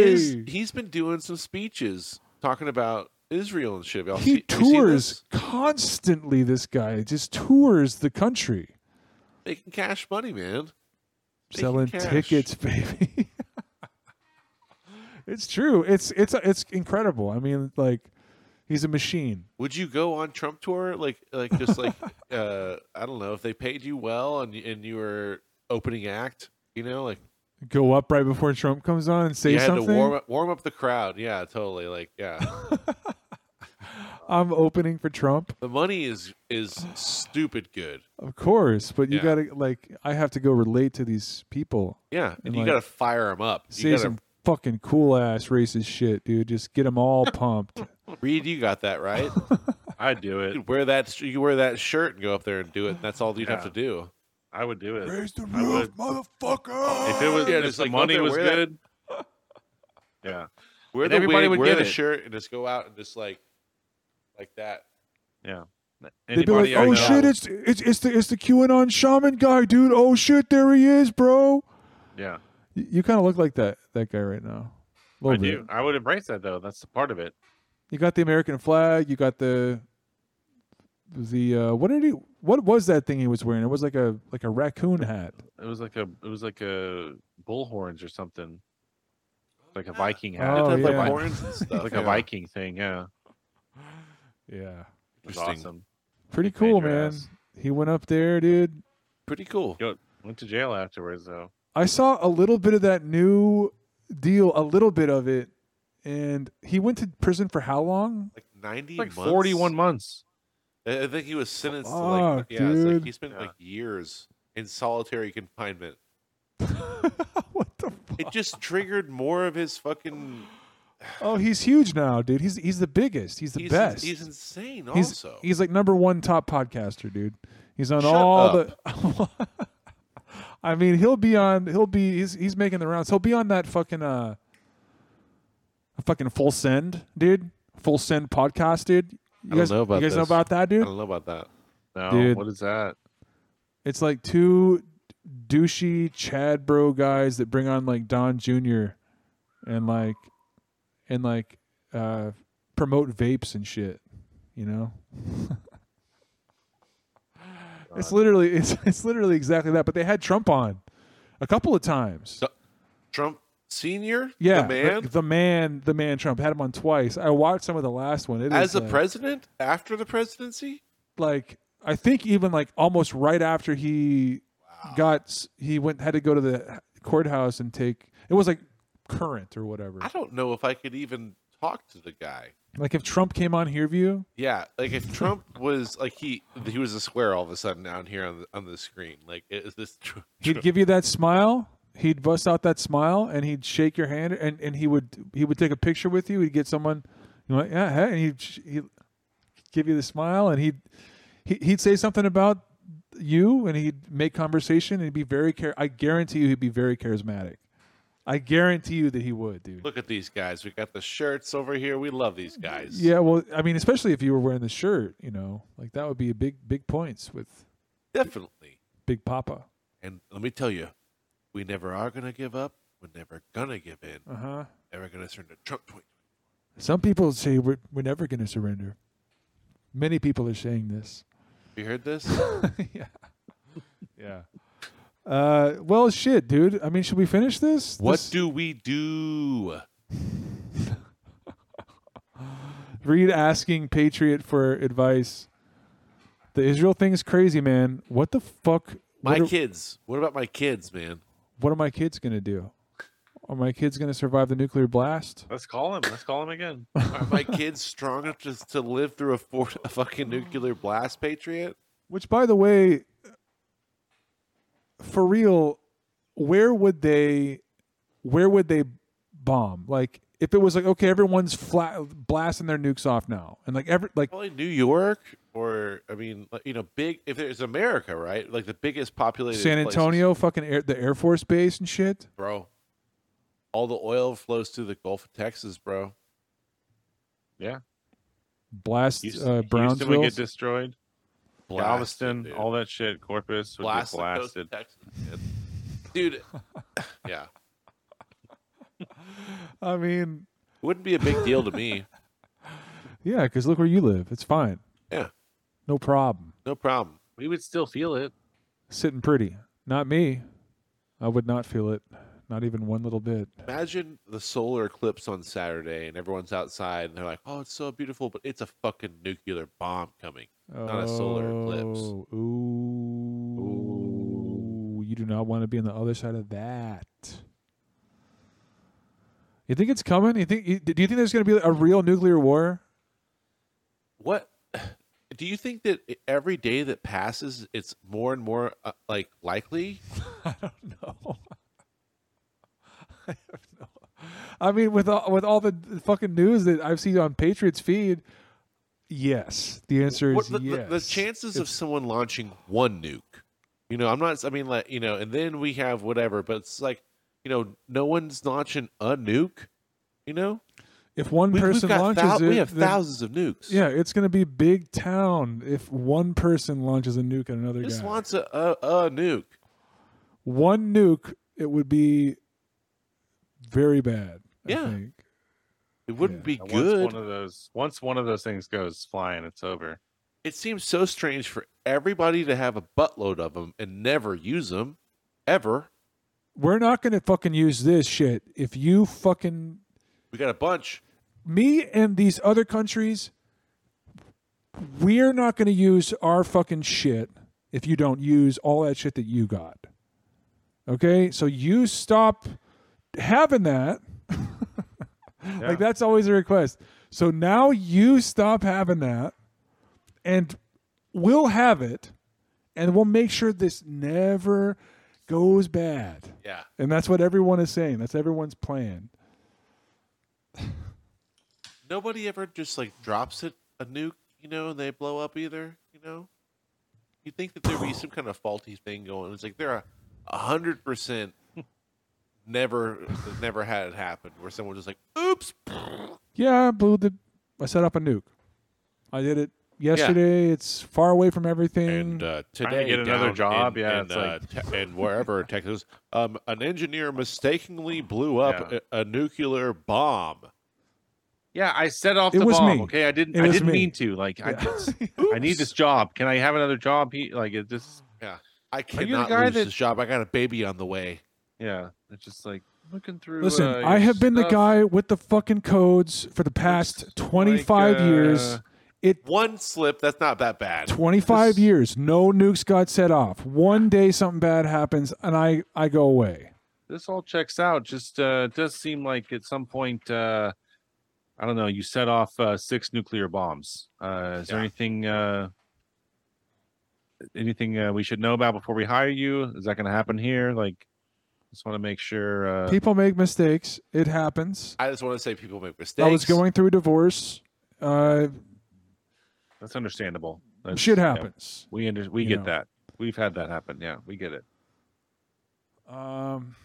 D: is. He's been doing some speeches talking about Israel and shit. Y'all
C: He
D: see- you seen
C: tours
D: this?
C: constantly. This guy just tours the country,
D: making cash money, man. Making
C: selling
D: cash.
C: tickets, baby. it's true. It's it's it's incredible. I mean, like He's a machine.
D: Would you go on Trump tour? Like, like just like uh, I don't know if they paid you well and you- and you were opening act. You know, like
C: Go up right before Trump comes on and say
D: you had
C: something.
D: to warm up, warm up the crowd. Yeah, totally. Like, yeah,
C: I'm opening for Trump,
D: the money is is stupid good.
C: of course, but you
D: Yeah.
C: gotta like I have to go relate to these people.
D: Yeah, and, you
C: like,
D: got to fire them up.
C: say
D: You got
C: some fucking cool ass racist shit, dude. Just get them all pumped.
D: Reed, you got that right.
E: I'd do it.
D: You could wear that. You could wear that shirt and go up there and do it. And that's all you'd have
E: Yeah.
D: to do.
E: I would do it.
D: Raise
E: the roof,
D: motherfucker!
E: If it was, if the money was good, yeah.
D: Where
E: And
D: the
E: everybody
D: wig,
E: would
D: wear
E: get
D: the
E: it.
D: shirt, and just go out and just like, like that.
E: Yeah.
C: They'd be like,
D: Anybody I
C: "Oh
D: know-
C: shit, it's it's it's the it's the QAnon shaman guy, dude. Oh shit, there he is, bro."
E: Yeah.
C: You, you kind of look like that that guy right now. A
E: I
C: little bit.
E: do. I would embrace that though. That's part of it.
C: You got the American flag. You got the the uh, what did he? What was that thing he was wearing? It was like a like a raccoon hat.
E: It was like a it was like a bull horns or something.
D: Ah.
E: Like a Viking hat.
C: Oh,
E: like, a-
C: yeah. Horns and stuff,
E: like
C: yeah.
E: a Viking thing, yeah.
C: Yeah.
E: It was
D: Interesting.
E: awesome.
C: Pretty
E: Big major
C: cool, man.
E: ass.
C: He went up there, dude.
D: Pretty cool.
E: Yo, went to jail afterwards though.
C: I saw a little bit of that new deal, a little bit of it, and he went to prison for how long?
D: Like ninety,
E: Like
D: months?
E: 41 months.
D: I I think he was sentenced to like
C: Fuck,
D: yeah, it's like
C: dude.
D: he spent like years in solitary confinement. what the fuck? It just triggered more of his fucking
C: Oh, he's huge now, dude. He's he's the biggest. He's the
D: he's,
C: best.
D: he's insane
C: He's-
D: also.
C: he's like number one top podcaster, dude. He's on
D: Shut
C: all the. I mean, he'll be on. He'll be. He's he's making the rounds. He'll be on that fucking uh. Fucking full send, dude. Full send podcast, dude. You
D: I
C: guys,
D: don't know about
C: you guys know
D: this.
C: about that, dude?
D: I don't know about that.
E: No,
C: Dude.
E: what is that?
C: It's like two douchey Chad bro guys that bring on like Don Jr. and like and like uh promote vapes and shit, you know? it's literally it's it's literally exactly that, but they had Trump on a couple of times.
D: Trump senior?
C: yeah,
D: The man?
C: the man, the man Trump had him on twice. I watched some of the last one. It
D: As
C: is, uh,
D: the
C: like-
D: president? After the presidency?
C: like I think even like almost right after he got s- he went had to go to the courthouse and take it was like current or whatever.
D: I don't know if I could even talk to the guy.
C: Like if Trump came on here view,
D: Yeah, like if Trump was like he he was a square all of a sudden down here on the on the screen. Like is this true?
C: he'd give you that smile, he'd bust out that smile and he'd shake your hand and, and he would he would take a picture with you, he'd get someone you know, like, yeah, hey, and he'd, sh- he'd give you the smile and he'd he- he'd say something about you and he'd make conversation and he'd be very care I guarantee you he'd be very charismatic. I guarantee you that he would, dude.
D: Look at these guys. We got the shirts over here. We love these guys.
C: Yeah, well, I mean, especially if you were wearing the shirt, you know, like that would be a big, big points with
D: Definitely.
C: Big Papa.
D: And let me tell you, we never are gonna give up. We're never gonna give in.
C: Uh-huh.
D: Never gonna surrender. Trump point.
C: Some people say we're, we're never going to surrender. Many people are saying this.
D: You heard this?
C: yeah. Yeah. Uh, well, shit, dude. I mean, should we finish this?
D: What
C: This-
D: do we do?
C: Reed asking Patriot for advice. The Israel thing is crazy, man. What the fuck?
D: My
C: what are-
D: kids. What about my kids, man?
C: What are my kids going to do? Are my kids going to survive the nuclear blast?
E: Let's call him. Let's call him again.
D: Are my kids strong enough to, to live through a, four, a fucking nuclear blast, Patriot?
C: Which, by the way, for real, where would they, where would they bomb? Like, if it was like, okay, everyone's flat blasting their nukes off now, and like every like,
D: Probably New York, or I mean, like, you know, big. If there's America, right? Like the biggest populated
C: San
D: places,
C: Antonio, fucking air, the Air Force Base and shit.
D: bro. All the oil flows through the Gulf of Texas, bro.
E: Yeah.
C: Blast
E: Houston,
C: uh,
E: Houston would
C: Brownsville.
E: get destroyed.
D: Blasted,
E: Galveston,
D: dude.
E: all that shit. Corpus would
D: Blast
E: get
D: the coast of
E: blasted.
D: Texas, dude. Dude, yeah,
C: I mean,
D: wouldn't be a big deal to me.
C: yeah, because look where you live. It's fine.
D: Yeah.
C: No problem.
D: No problem.
E: We would still feel it.
C: Sitting pretty. Not me. I would not feel it. Not even one little bit.
D: Imagine the solar eclipse on Saturday and everyone's outside and they're like, "Oh, it's so beautiful," but it's a fucking nuclear bomb coming, not a solar eclipse.
C: Oh, Ooh. You do not want to be on the other side of that. You think it's coming? You think? you- Do you think there's going to be a real nuclear war?
D: What do you think that i- every day that passes, it's more and more uh, like likely?
C: I mean, with all, with all the fucking news that I've seen on Patriots feed, yes, the answer is
D: What, the, the-
C: yes.
D: the chances of someone launching one nuke, you know, I'm not. I mean, like you know, and then we have whatever, but it's like you know, no one's launching a nuke. You know,
C: if one
D: We- we've
C: person
D: got
C: launches
D: thou-
C: it,
D: we have
C: then-
D: thousands of nukes.
C: Yeah, it's going to be big town if one person launches a nuke at another
D: Just
C: guy.
D: launch a, a, a nuke.
C: one nuke, it would be very bad.
D: Yeah. It wouldn't be
E: Once
D: good.
E: one of those, once one of those things goes flying, it's over.
D: It seems so strange for everybody to have a buttload of them and never use them, ever.
C: We're not going to fucking use this shit. If you fucking
D: We got a bunch.
C: me and these other countries, we're not going to use our fucking shit if you don't use all that shit that you got. Okay, so you stop having that. Like that's always a request. So now you stop having that, and we'll have it, and we'll make sure this never goes bad.
D: Yeah.
C: And that's what everyone is saying. That's everyone's plan.
D: Nobody ever just like drops it a nuke, you know, and they blow up either, you know? You think that there'd be some kind of faulty thing going. It's like they're a- a hundred percent never never had it happen where someone just like, oops.
C: Yeah, I blew the. I set up a nuke. I did it yesterday. It's far away from everything.
D: And uh,
E: Trying
D: today,
E: to get another
D: down
E: job,
D: in-
E: yeah,
D: in,
E: it's
D: uh,
E: like-
D: te- and wherever Texas, um, an engineer mistakenly blew up a, a nuclear bomb.
E: Yeah, I set off
D: It
E: the
D: was
E: bomb.
D: me.
E: Okay, I didn't.
D: It
E: I
D: was
E: didn't
D: me.
E: mean to. Like, I just. I need this job. Can I have another job? He, like, it just.
D: Yeah, I
E: Are you the
D: cannot
E: guy
D: lose
E: that-
D: this job. I got a baby on the way.
E: Yeah, it's just like looking through.
C: Listen,
E: uh,
C: I
E: your
C: have been the
E: stuff.
C: guy with the fucking codes for the past 25 years.
D: uh,
C: It
D: One slip, that's not that bad.
C: 25 years, no nukes got set off. One day something bad happens and I I go away.
E: this all checks out. Just uh, it does seem like at some point, uh, I don't know, you set off uh, six nuclear bombs. Uh, is there anything uh, anything uh, we should know about before we hire you? Is that going to happen here? Like, just want to make sure. Uh,
C: People make mistakes. It happens.
D: I just want to say people make mistakes.
C: I was going through a divorce. Uh,
E: That's understandable. That's,
C: Shit
E: yeah,
C: happens,
E: we under- we
C: you
E: get
C: know.
E: that. We've had that happen. Yeah, we get it.
C: um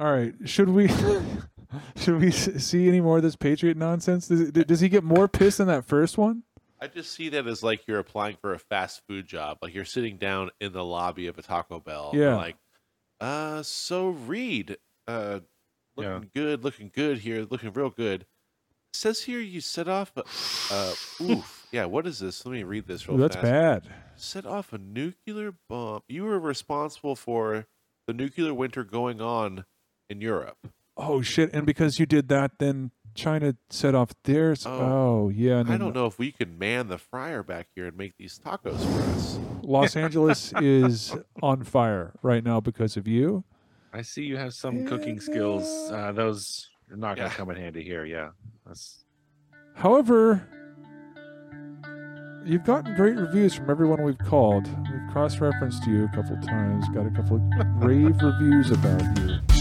C: all right, should we should we s- see any more of this patriot nonsense? Does, does he get more pissed than that first one?
D: I just see that as like you're applying for a fast food job. Like you're sitting down in the lobby of a Taco Bell. and
C: Yeah.
D: Like, uh, so Reed, uh, looking good, looking good here, looking real good. Says here you set off a, uh, oof, yeah. What is this? Let me read this real
C: Ooh, that's
D: fast.
C: bad.
D: Set off a nuclear bomb. You were responsible for the nuclear winter going on in Europe.
C: Oh shit, and because you did that then China set off theirs. Oh, yeah, and
D: I
C: then
D: don't know if we can man the fryer back here and make these tacos for us.
C: Los Angeles is on fire right now because of you.
E: I see you have some cooking skills. Uh, those are not going to come in handy here. Yeah, that's
C: However, you've gotten great reviews from everyone we've called. We've cross referenced you a couple times, got a couple of rave reviews about you.